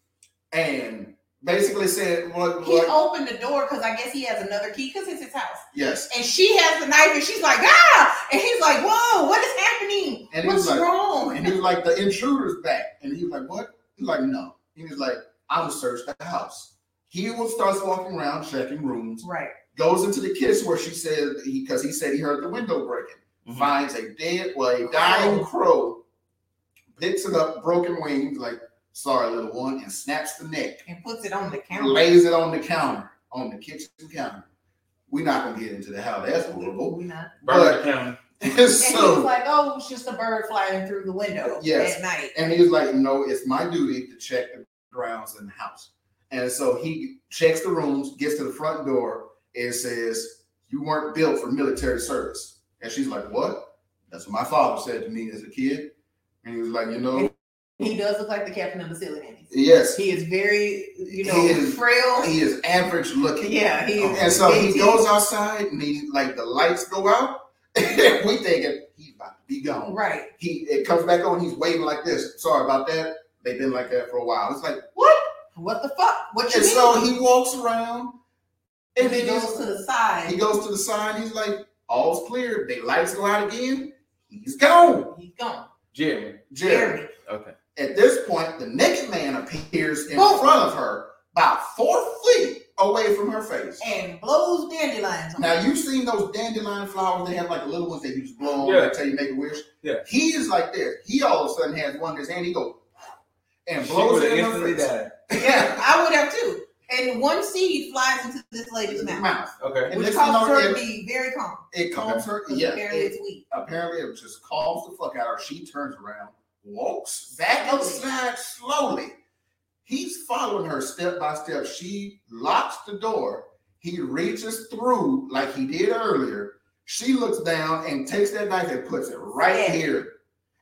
and basically said, "What?
He
what-
opened the door because I guess he has another key because it's his house.
yes."
And she has the knife and she's like, ah! And he's like, whoa, what is happening?
And he
What's
was like,
wrong?
and he was like, "The intruder's back," and he was like, "What?" He's like, "No." He was like, "I will search the house." He will starts walking around checking rooms.
Right.
Goes into the kitchen where she said he because he said he heard the window breaking.
Mhm.
Finds a dead, well, a dying crow. Picks it up, broken wings, like sorry, little one, and snaps the neck.
And puts it on the counter.
lays it on the counter, on the kitchen counter. We're not gonna get into the how that's horrible.
We not.
Burger County.
And he was
so
like, oh, it's just a bird flying through the window
Yes.
at night.
and he was like, No, it's my duty to check the grounds in the house. And so he checks the rooms, gets to the front door, and says, You weren't built for military service. And she's like, What? That's what my father said to me as a kid. And he was like, You know,
He does look like the captain of the Silly Nannies.
yes,
He is very, you know,
He is-
frail.
he is average looking.
yeah, he is.
And so he
he-
goes outside and he like the lights go out. and we thinking he's about to be gone.
Right.
He it comes back on, he's waving like this. Sorry about that. They've been like that for a while. It's like
What the fuck? What you
and
mean?
so he walks around and
and he
then
goes
he's-
to the side.
he goes to the sign, he's like, All's clear. They lights go out again, he's gone.
He's gone.
Jeremy.
Jerry.
Jeremy.
Okay.
At this point, the naked man appears in
Boom.
front of her about four feet away from her face.
And blows dandelions on
Now you've seen those dandelion flowers? They have like little ones that you just blow on
Yeah.
until you make a wish.
Yeah.
He is like this. He all of a sudden has one in his hand. He go and
She
blows
would've
it in
instantly
her face.
died.
Yeah, I would have too. And one seed flies into this lady's mouth,
Mouth.
Okay.
And
which
next
causes
thing you
her
know,
to be very calm.
It calms her.
because
Yeah.
apparently
it-
it's weak.
apparently, it just calms the fuck out of her. She turns around, walks back outside slowly. He's following her step by step. She locks the door. He reaches through like he did earlier. She looks down and takes that knife and puts it right
Yeah.
here.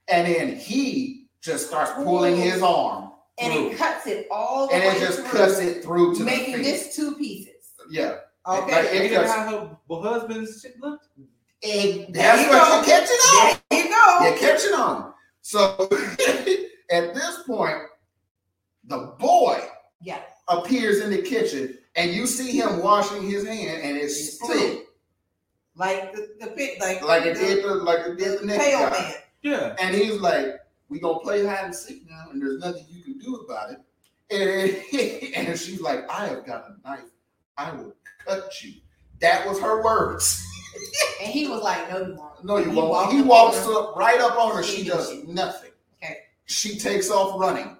And then he just starts pulling his arm
And
through.
it cuts it all the
and
way
it just
through,
cuts it through to the
making
face.
this two pieces.
Yeah,
Okay.
Like, it
You know
cuts-
how her well, husband's shit looked?
and
There
that's
you
what
go.
you catch it on.
There you go.
You're catching on. So at this point, the boy
Yeah.
appears in the kitchen and you see him washing his hand and it's
It's
split
Like the, the pit, like,
like it
the,
did the, like it did the next
pale
guy.
man.
Yeah.
And he's like, we gonna play hide and seek now and there's nothing you can do about it. And, and she's like, I have got a knife. I will cut you. That was her words.
And he was like, no, you won't.
No, you
He
won't.
walked
He
up
walks
on her.
up right up on her. She
She
does
did.
nothing.
Okay.
She takes off running,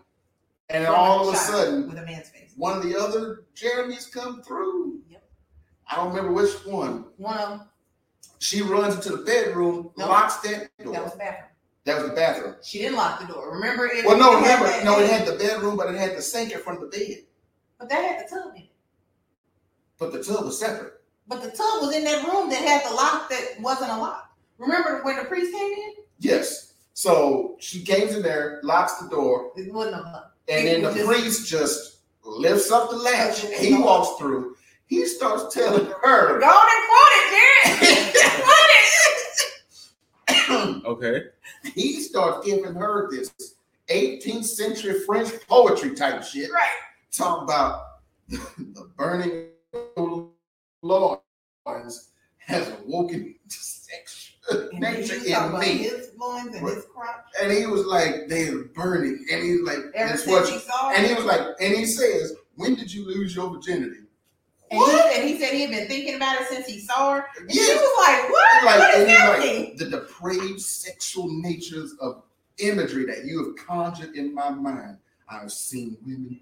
and all of a
Shot
sudden,
With a man's face.
one of the other Jeremys come through.
Yep.
I don't remember which one.
One of them,
She runs into the bedroom,
No.
locks that door.
that was the bathroom.
That was the bathroom.
She didn't lock the door. Remember it?
Well, no,
it had
remember,
that-
no, it had the bedroom, but it had the sink in front of the bed.
But that had the tub in it.
But the tub was separate.
But the tub was in that room that had the lock that wasn't a lock. Remember when the priest came in?
Yes. So she games in there, locks the door,
It wasn't a lock.
And then the
People just-
priest just lifts up the latch.
Touching
He
his
walks through. He starts telling her.
Go on and quote it, Jared. quote it.
Okay.
he starts giving her this 18th century French poetry type shit.
Right.
Talking about the burning Lawrence has awoken to sexual
And then he
nature
was talking
in
about
me.
his loins and his crotch.
And he was like, they're burning. And he was like,
Ever
that's what
since he saw
And
it.
he was like, and he says, when did you lose your virginity?
And he, and he said he had been thinking about it since he saw her. And she
Yes.
was like, what?
like,
what is
and you're like,
happening?
the depraved sexual natures of imagery that you have conjured in my mind. I've seen women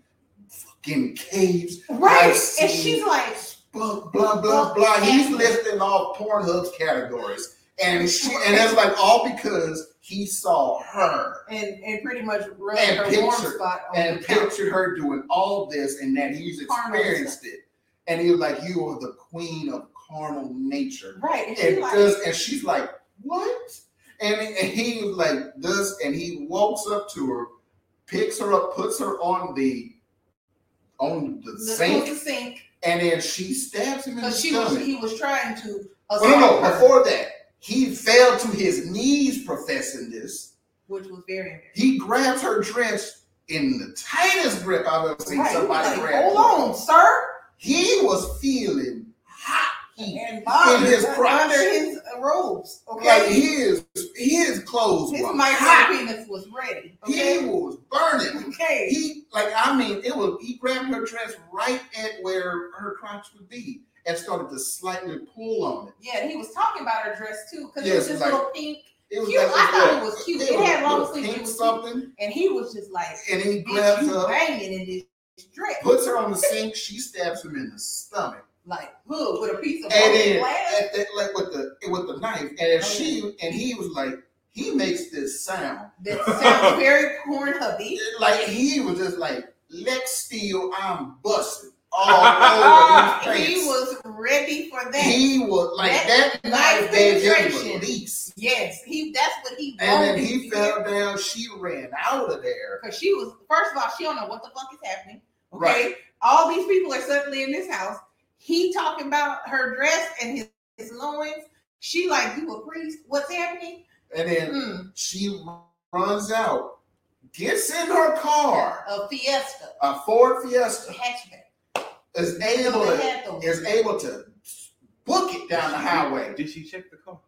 fucking caves,
right.
I've
And
seen-
she's like,
blah blah blah blah. He's listing off Pornhub's categories, and she and that's like all because he saw her
and and pretty much rubbed
And
her warm
picture-
spot on
and
the couch.
pictured her doing all this and that he's
Carnal
experienced it. And he was like, You are the queen of carnal nature.
Right. And she
and
like,
does, and she's like, "What?" And, and he was like this, and he walks up to her, picks her up, puts her on the on the
the
sink,
closest sink.
and then she stabs him in the
Because she was
stomach.
he was trying to
Well, no,
assault
no,
her,
before that, he fell to his knees professing this.
which was very embarrassing.
He grabs her dress in the tightest grip I've ever seen
Right,
somebody
like,
grab.
Hold on, sir.
He was feeling hot heat.
And Bob
In his
is under
crotch.
his uh, robes. Okay.
Like his his clothes
his
were hot.
micro penis was ready.
He
Okay.
was burning.
Okay.
He like I mean it was he grabbed her dress right at where her crotch would be and started to slightly pull on it.
Yeah, and he was talking about her dress too, because
Yes,
it was just
like-
little pink,
It was
Cute.
like
I thought it was cute. It had long
little
sleeves,
pink
it was cute.
something,
and he was just like,
and he
"Bitch,
grabs
you
her,
banging in this dress,
puts her on the sink. She stabs him in the stomach,
like hood with a piece of
and then
broken glass."
at that, like with the with the knife, and if
Oh,
she and he was like he makes this sound
That sounds very porn hubby.
like he was just like Lex Steele, I'm busting all over his
He
face.
was ready for that.
He was like
That
that,
knife
night gave him
penetration. Oh,
release.
yes, he. That's what he
And
wanted.
then he fell down, she ran out of there.
because she was first of all she don't know what the fuck is happening okay
Right.
all these people are suddenly in this house he talking about her dress and his, his loins she like you a priest what's happening
And then
mm,
she runs out, gets in her car,
a fiesta
a Ford
a
Fiesta,
hatchback
is
You
able
know, they
to,
had those.
is able to book it down the highway.
Did she check the car?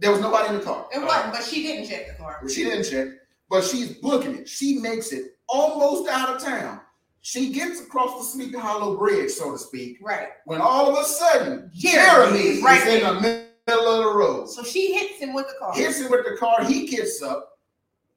There was nobody in the car.
it wasn't but she didn't check the car
Well, she didn't check, but she's booking it. She makes it almost out of town. She gets across the Sleepy Hollow Bridge, so to speak,
right
when all of a sudden
Jeremy
Jeremy
is
is
right
in the middle of the road.
so she hits him with the car
Hits him with the car. He gets up,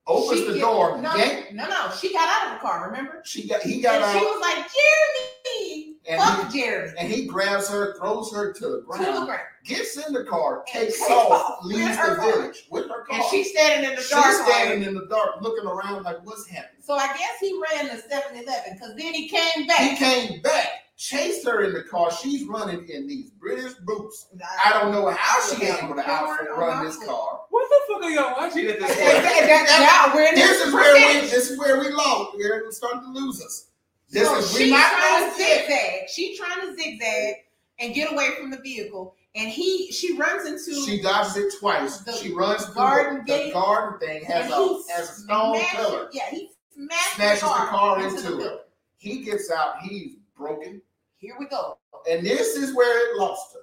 opens
She
the
get-
door.
no,
yank-
no no she got out of the car remember
She got. He got
and she
out,
was like jeremy
and
fuck jeremy
he, and he grabs her, throws her to the
to the
ground,
ground
gets in the car,
And
takes
takes
off,
off with
leaves
her
the
car.
village with her car.
and she's standing in the
she's
dark like-
standing in the dark, looking around like, "What's happening?"
So I guess he ran the 7 Eleven because then he came
He
back.
came back, chased her in the car. She's running in these British boots.
I,
I don't know how she able to outfit run this car.
What the fuck are y'all watching at this
Hey,
point?
hey, that- that-
now we're in
This
this
is where we this is where we lost. We're starting to lose us. This is we
she's
not
trying to
lost yet.
zigzag. She trying to zigzag and get away from the vehicle. And he she runs into
She dodges it twice.
The
She runs through
garden
the,
gate.
the garden thing has
and
a
he
has a stone
smashes-
pillar.
Yeah, he smashes,
Smashes
the
the
car,
car
into, the
into
pillar.
it. He gets out. He's broken,
Here we go.
and this is where it lost us.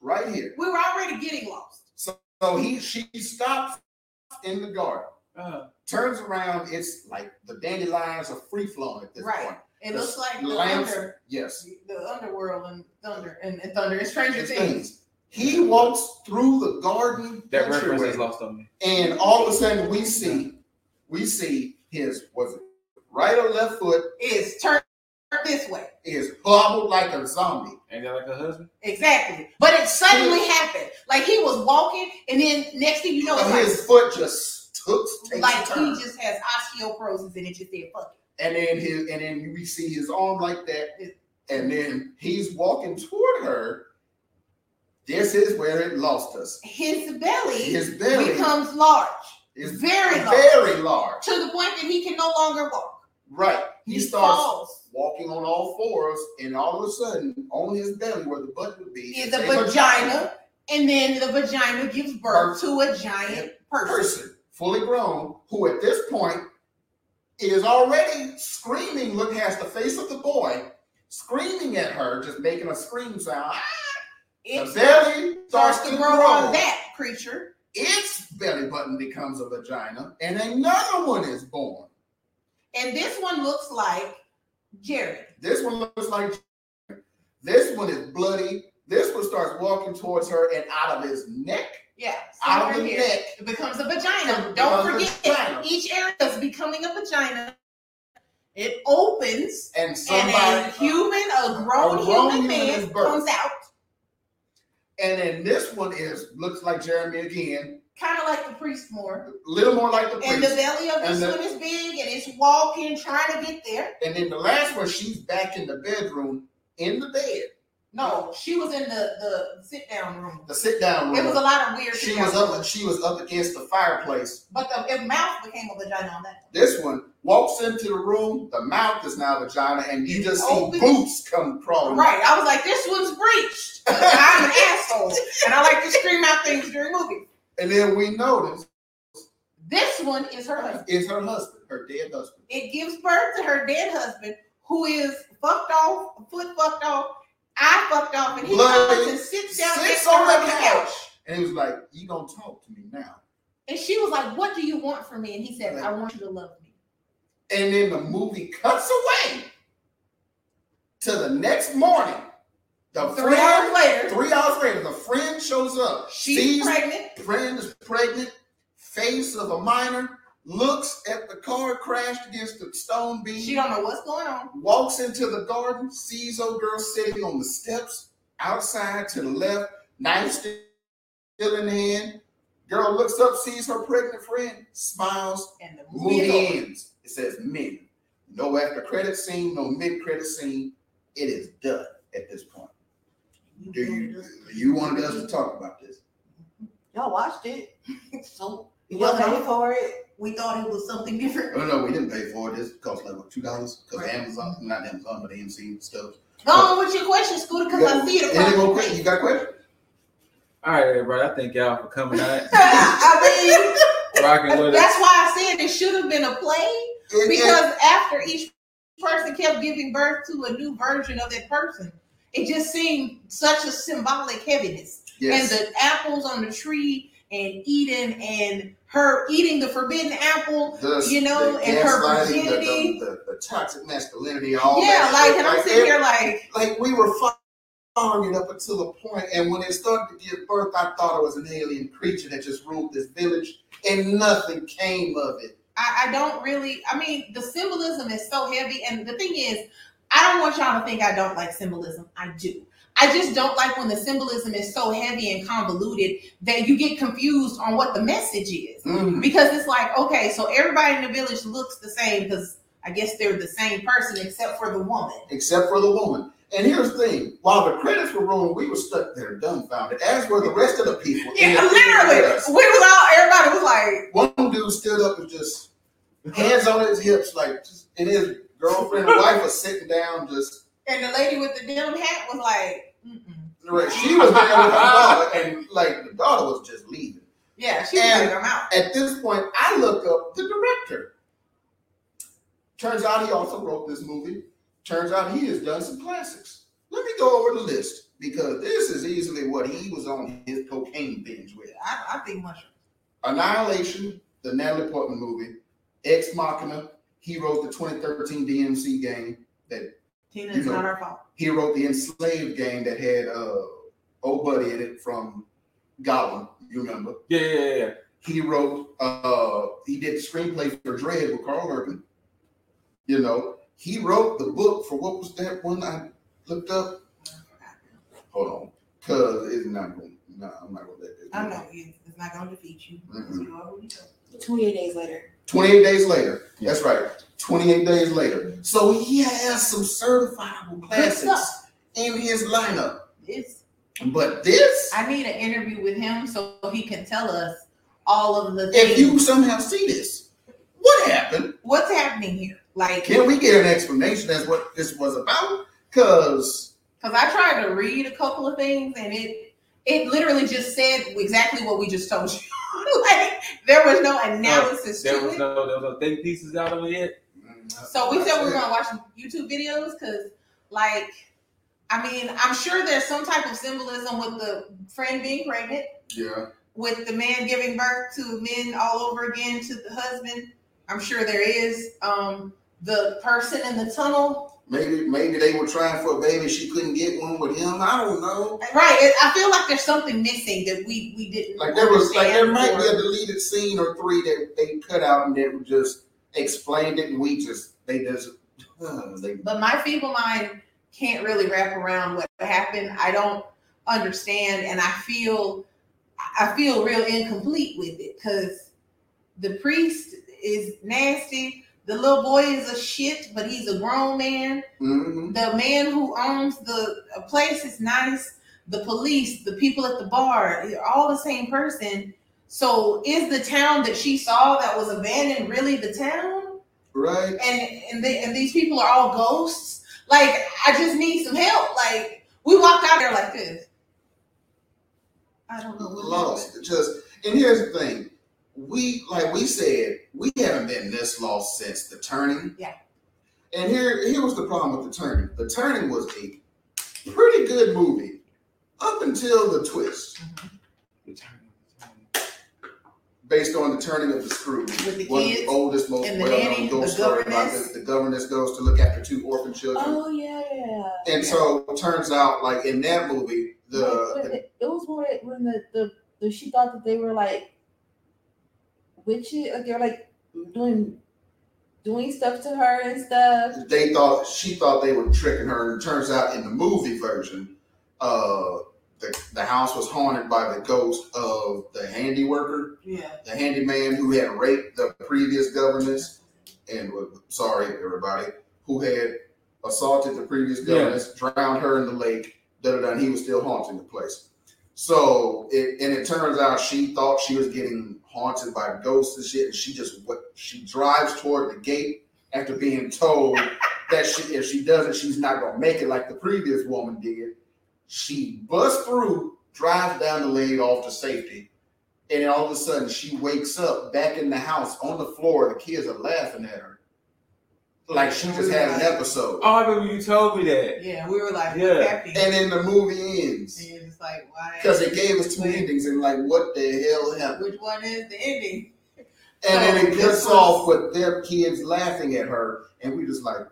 Right here.
We were already getting lost.
So he she stops in the garden.
Uh,
turns around, it's like the dandelions are free flowing at this
Right.
point.
It
The
looks like the
lamps-
under,
Yes.
the underworld and thunder and, and thunder and Stranger
It's
Things.
things. He walks through the garden
that reference
entryway,
is lost on me.
and all of a sudden we see we see his was it right or left foot
It's turned this way.
is hobbled like a zombie.
Ain't that like a husband?
Exactly. But it suddenly happened. Like he was walking, and then next thing you know,
and his
it's
foot just took
like,
takes
like
a
he
turn.
just has osteoporosis and it just said, fuck
and then his and then we see his arm like that, and then he's walking toward her. This is where it lost us.
it. His belly,
His belly
becomes large,
is
very large,
very large.
to the point that he can no longer walk.
Right. He,
He
starts
falls.
walking on all fours, and all of a sudden, on his belly where the butt would be,
Is
is
a vagina, and then the vagina gives birth to a giant person.
person, fully grown, who at this point is already screaming, look has the face of the boy, screaming at her, just making a scream sound. the
It
belly
starts to grow on that creature.
Its belly button becomes a vagina, and another one is born.
And this one looks like Jerry.
This one looks like this one is bloody. This one starts walking towards her, and out of his neck,
Yeah.
out of
somewhere
the
here.
neck,
It becomes a vagina.
It
Don't
becomes a
forget,
vagina.
each area is becoming a vagina. It opens,
and
and
somebody
a human, a grown,
a grown
human
human
man
is birthed.
comes out,
And then this one is looks like Jeremy again,
Kind of like the priest more.
a little more like the
And
priest.
the belly of this
And the-
one is big and it's walking, trying to get there.
And then the last one, she's back in the bedroom in the bed,
No, she was in the, the sit down room.
the sit down
It was a
room.
lot of weird
She
shit.
was
down
up. She was up against the fireplace.
there. But the if mouth became a vagina on that.
This one walks into the room. The mouth is now vagina, and you just see
Open.
boots come crawling.
Right. I was like, this one's breached. I'm an asshole. And I like to scream out things during movies.
And then we notice
This one is her husband.
it's her husband, her dead husband.
It gives birth to her dead husband, who is fucked off, foot fucked off, eye fucked off, and he
Bloody
comes and sits down
Sits
next to her
on
on
the
the
couch,
couch.
and he was like, "You gonna talk to me now?"
And she was like, What do you want from me? And he said, I want you to love me.
And then the movie cuts away to the next morning. The
Three hours
friend,
later,
three hours later, the friend shows up.
she's
sees
pregnant.
friend is pregnant, face of a minor, looks at the car crashed against the stone beam,
She don't know what's going on.
walks into the garden, sees old girl sitting on the steps outside to the left, knife still in hand. Girl looks up, sees her pregnant friend, smiles,
And the movie is
Movie
over.
ends. It says men. No after credit scene, no mid credit scene. It is done at this point. Do you you wanted us to talk about this?
Y'all watched it. So
It
y'all
wasn't
paid
on.
for it.
We thought it was something different.
Oh no, we didn't pay for it. This cost like what two dollars? Because
Right.
Amazon, not Amazon, but AMC stuff.
Go on with your question, Scooter, because I see it
Any
across
more
the
questions?
face.
You got questions?
All right, everybody. I thank y'all for coming out,
I
rocking
mean,
with us.
that's why I said it should have been a play.
It- it-
Because after each person kept giving birth to a new version of that person, it just seemed such a symbolic heaviness.
yes.
And the apples on the tree and Eden and her eating the forbidden apple.
The-
you know, and her
gaslighting, the-
virginity.
the, the, the toxic masculinity, all
yeah,
that
like,
shit.
and I'm sitting here like,
like we were following it up until a point, and when it started to give birth, I thought it was an alien creature that just ruled this village, and nothing came of it.
I, I don't really, I mean, the symbolism is so heavy. And the thing is, I don't want y'all to think I don't like symbolism. I do. I just don't like when the symbolism is so heavy and convoluted that you get confused on what the message is. because it's like okay so everybody in the village looks the same because i guess they're the same person except for the woman
Except for the woman. And here's the thing: while the credits were rolling, we were stuck there dumbfounded, as were the rest of the people. in the theater with us.
we was all everybody was like
One dude stood up and just hands on his hips, like, just, and his girlfriend and wife was sitting down, just.
and the lady with the denim hat was like Mm-mm.
Right. She was there with her daughter, and like the daughter was just leaving.
yeah she was
And-
like i'm out
At this point, I look up the director. Turns out he also wrote this movie. Turns out he has done some classics. Let me go over the list because this is easily what he was on his cocaine binge with.
i, I think mushroom
Annihilation, the Natalie Portman movie, Ex Machina. He wrote the 2013 DMC game.
tina
You
it's
know.
not her fault
He wrote the Enslaved game that had uh, old buddy in it from Goblin. You remember?
Yeah, yeah, yeah, yeah.
he wrote uh he did the screenplay for Dread with Carl Urban. You know, he wrote the book for what was that one I looked up? Hold on. Cause it's not going no, I'm not gonna let this.
i know you it's not gonna defeat you
Mm-mm.
You are who you are.
Twenty eight days later.
28 days later. That's right. 28 days later. So he has some certifiable classics in his lineup.
it's
But this,
i need an interview with him so he can tell us all of the
if
things
you somehow see this, what happened?
what's happening here like
Can we get an explanation as what this was about? Because
because I tried to read a couple of things and it it literally just said exactly what we just told you. like there was no analysis
There
to
was
it.
no, there was no think pieces out of it yet.
so we said we were gonna watch YouTube videos because, like, I mean, I'm sure there's some type of symbolism with the friend being pregnant,
Yeah,
with the man giving birth to men all over again to the husband. I'm sure there is. Um, the person in the tunnel,
maybe maybe they were trying for a baby. She couldn't get one with him. I don't know.
right? It, I feel like there's something missing that we we didn't
Like there was like there might be
understand
a
or-
deleted scene or three that they cut out and that just explained it. And we just they just uh, they
but my feeble mind can't really wrap around what happened. I don't. understand, and I feel I feel real incomplete with it because the priest is nasty. The little boy is a shit, but he's a grown man.
hmm
The man who owns the uh, place is nice. The police, the people at the bar, they're all the same person. So is the town that she saw that was abandoned really the town?
Right.
And and, they, and these people are all ghosts. Like I just need some help. Like we walked out there like this. I don't know. what happened.
lost. It Just and here's the thing. We like we said, we haven't been this lost since the turning.
Yeah.
And here here was the problem with the turning. The turning was a pretty good movie up until the twist, based on the turning of the screw.
With the
One of the
kids
oldest, most
and the
well-known
nanny,
ghost
the
story about
governess.
the, the governess goes to look after two orphan children.
Oh yeah.
And so it turns out, like in that movie, the,
Like,
the
when it, it was when it, when the, the the she thought that they were like witches, like they were like doing doing stuff to her and stuff.
they thought she thought they were tricking her. And it turns out in the movie version, uh, the, the house was haunted by the ghost of the handy worker,
Yeah.
the handyman who had raped the previous governess, and was- sorry everybody, who had assaulted the previous
Yeah.
governess, drowned her in the lake. Da da da. and He was still haunting the place. So it and it turns out she thought she was getting haunted by ghosts and shit, and she just what she drives toward the gate after being told that she if she doesn't, she's not gonna make it like the previous woman did. She busts through, drives down the lane off to safety, and then all of a sudden she wakes up back in the house on the floor. The kids are laughing at her. Like she just had an episode.
Oh, I remember you told me that.
Yeah. We were like,
Yeah.
what happened?
And then the movie ends.
And you're just like, why?
Because it gave us two endings and like what the hell happened?
Which one is the ending?
And then
So
it
this
cuts off with their kids laughing at her, and we just like,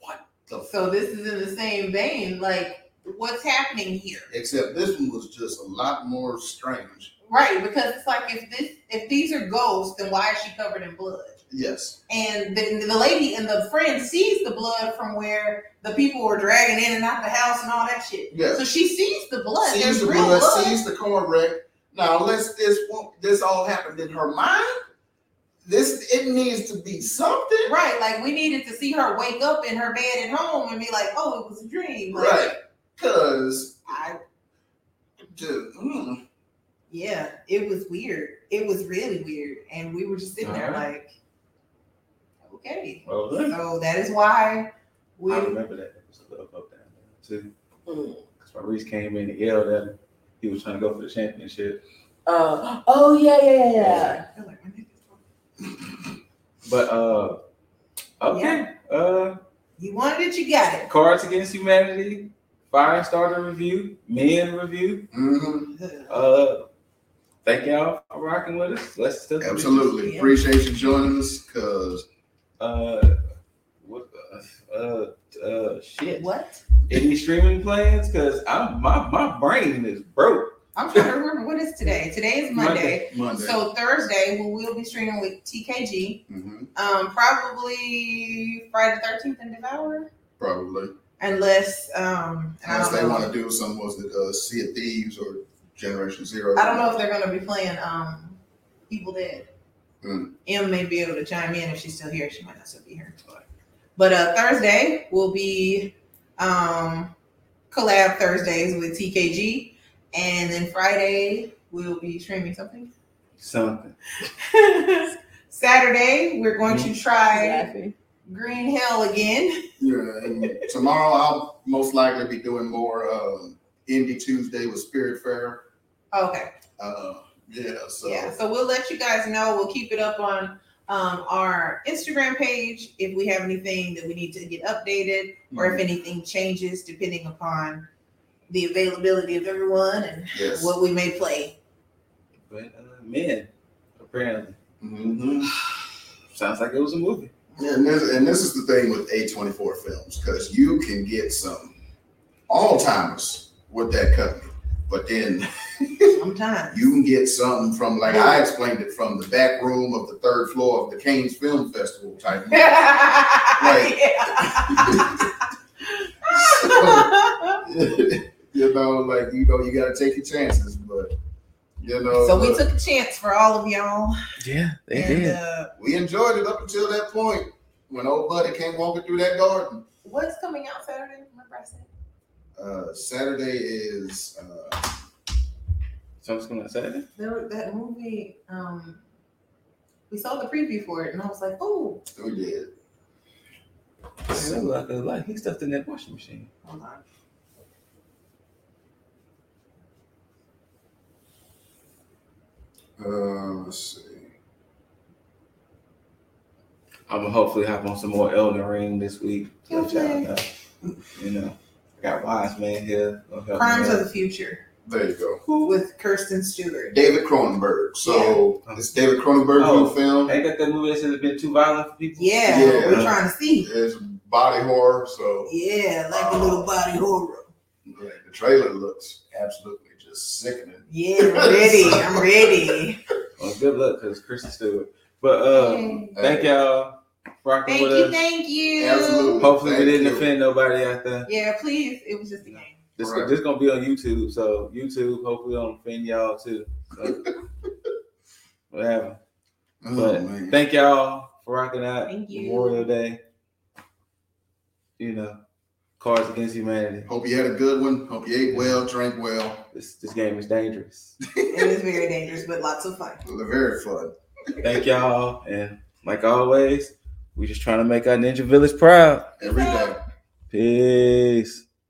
what the? F-?
So this is in the same vein. Like, what's happening here?
Except this one was just a lot more strange.
Right, because it's like if this if these are ghosts, then why is she covered in blood?
Yes,
And the, the lady and the friend sees the blood from where the people were dragging in and out the house and all that shit.
yes.
So she sees the blood.
Sees
There's
the
real
blood,
blood.
sees the car wreck. Now, unless this one- this all happened in her mind, this it needs to be something,
Right, like we needed to see her wake up in her bed at home and be like, "Oh, it was a dream." Like,
right? Because
I,
just mm,
yeah, it was weird. It was really weird, and we were just sitting there
Uh-huh.
like, "Okay."
Well, look.
So that is why we
I remember that. It was a little up down there too. Because Maurice came in and yelled at him. He was trying to go for the championship.
Oh, oh yeah, yeah, yeah, yeah.
I feel like my nigga's wrong.
But uh okay. Uh
You wanted it, you got it.
Cards Against Humanity, Firestarter review, Men review.
Mm-hmm.
mhm.
Uh thank y'all for rocking with us. Let's still
absolutely
Yeah.
appreciate you joining us. Because
uh what uh uh shit.
What?
Any streaming plans? Cause I'm my my brain is broke.
I'm trying to remember what is today. Today is Monday.
Monday,
So Thursday, we will be streaming with TKG.
Mhm,
Um, probably Friday the 13th and Devour,
probably.
unless um, and I
Unless
don't
they
know.
want to do something was it uh, Sea of Thieves or Generation Zero.
I don't know if they're going to be playing um, Evil Dead.
Mm.
M may be able to chime in if she's still here. She might not still be here. But uh, Thursday will be um, collab Thursdays with TKG, and then Friday we'll be streaming something.
Something.
Saturday we're going to try
Laughing.
Green Hell again.
Yeah, and tomorrow I'll most likely be doing more um, Indie Tuesday with Spirit Fair.
Okay.
Uh, yeah, so
Yeah, so we'll let you guys know. We'll keep it up on um, our Instagram page if we have anything that we need to get updated
mm,
or
Mm-hmm.
if anything changes depending upon the availability of everyone and
yes.
what we may play.
But uh men, apparently.
Mhm.
Sounds like it was a movie.
And this and this is the thing with A24 films because you can get some all timers with that company, but then
Sometimes.
you can get something from like I explained it from the back room of the third floor of the Cannes Film Festival type. movie.
Yeah.
you know, like you know, you got to take your chances, but you know.
So we
but
took a chance for all of y'all.
Yeah, they
and
did.
uh,
we enjoyed it up until that point when old buddy came walking through that garden.
what's coming out Saturday? Remember I said?
Uh, Saturday is uh,
Something's gonna say.
There was that movie. Um, we saw the preview for it, and I was like, "Oh,
we did.
It looked like a lot. He stuffed in that washing machine.
hold on."
Uh, let's see.
I'm gonna hopefully hop on some more Elden Ring this week. to let y'all
Okay.
know. You know, I got wise man here. gonna help me
Crimes
out.
of the Future
There you go.
with Kirsten Stewart.
David Cronenberg. So
Yeah.
it's David Cronenberg
Oh.
new film.
Ain't that that movie that says it's been too violent for people?
Yeah,
Yeah.
we're trying to see.
It's body horror. So
Yeah, like a little body horror.
like, the trailer looks absolutely just sickening.
Yeah, ready. I'm ready.
Well, good luck, cause Kristen Stewart. But uh, thank y'all for rocking
Thank
with
you,
us.
thank you.
Absolutely.
Hopefully, we
Thank
didn't
you.
offend nobody out there.
Yeah, please. It was just a game.
This
Right.
this gonna be on YouTube, so YouTube. Hopefully, don't offend y'all too. So, whatever.
Oh,
but
man.
thank y'all for rocking out.
Thank you.
Memorial Day. You know, Cards Against Humanity.
Hope you had a good one. Hope you ate well, drank well.
This this game is dangerous.
It was very dangerous, but lots of fun.
It was very fun.
thank y'all, and like always, we just trying to make our Ninja Village proud.
Every day.
Peace.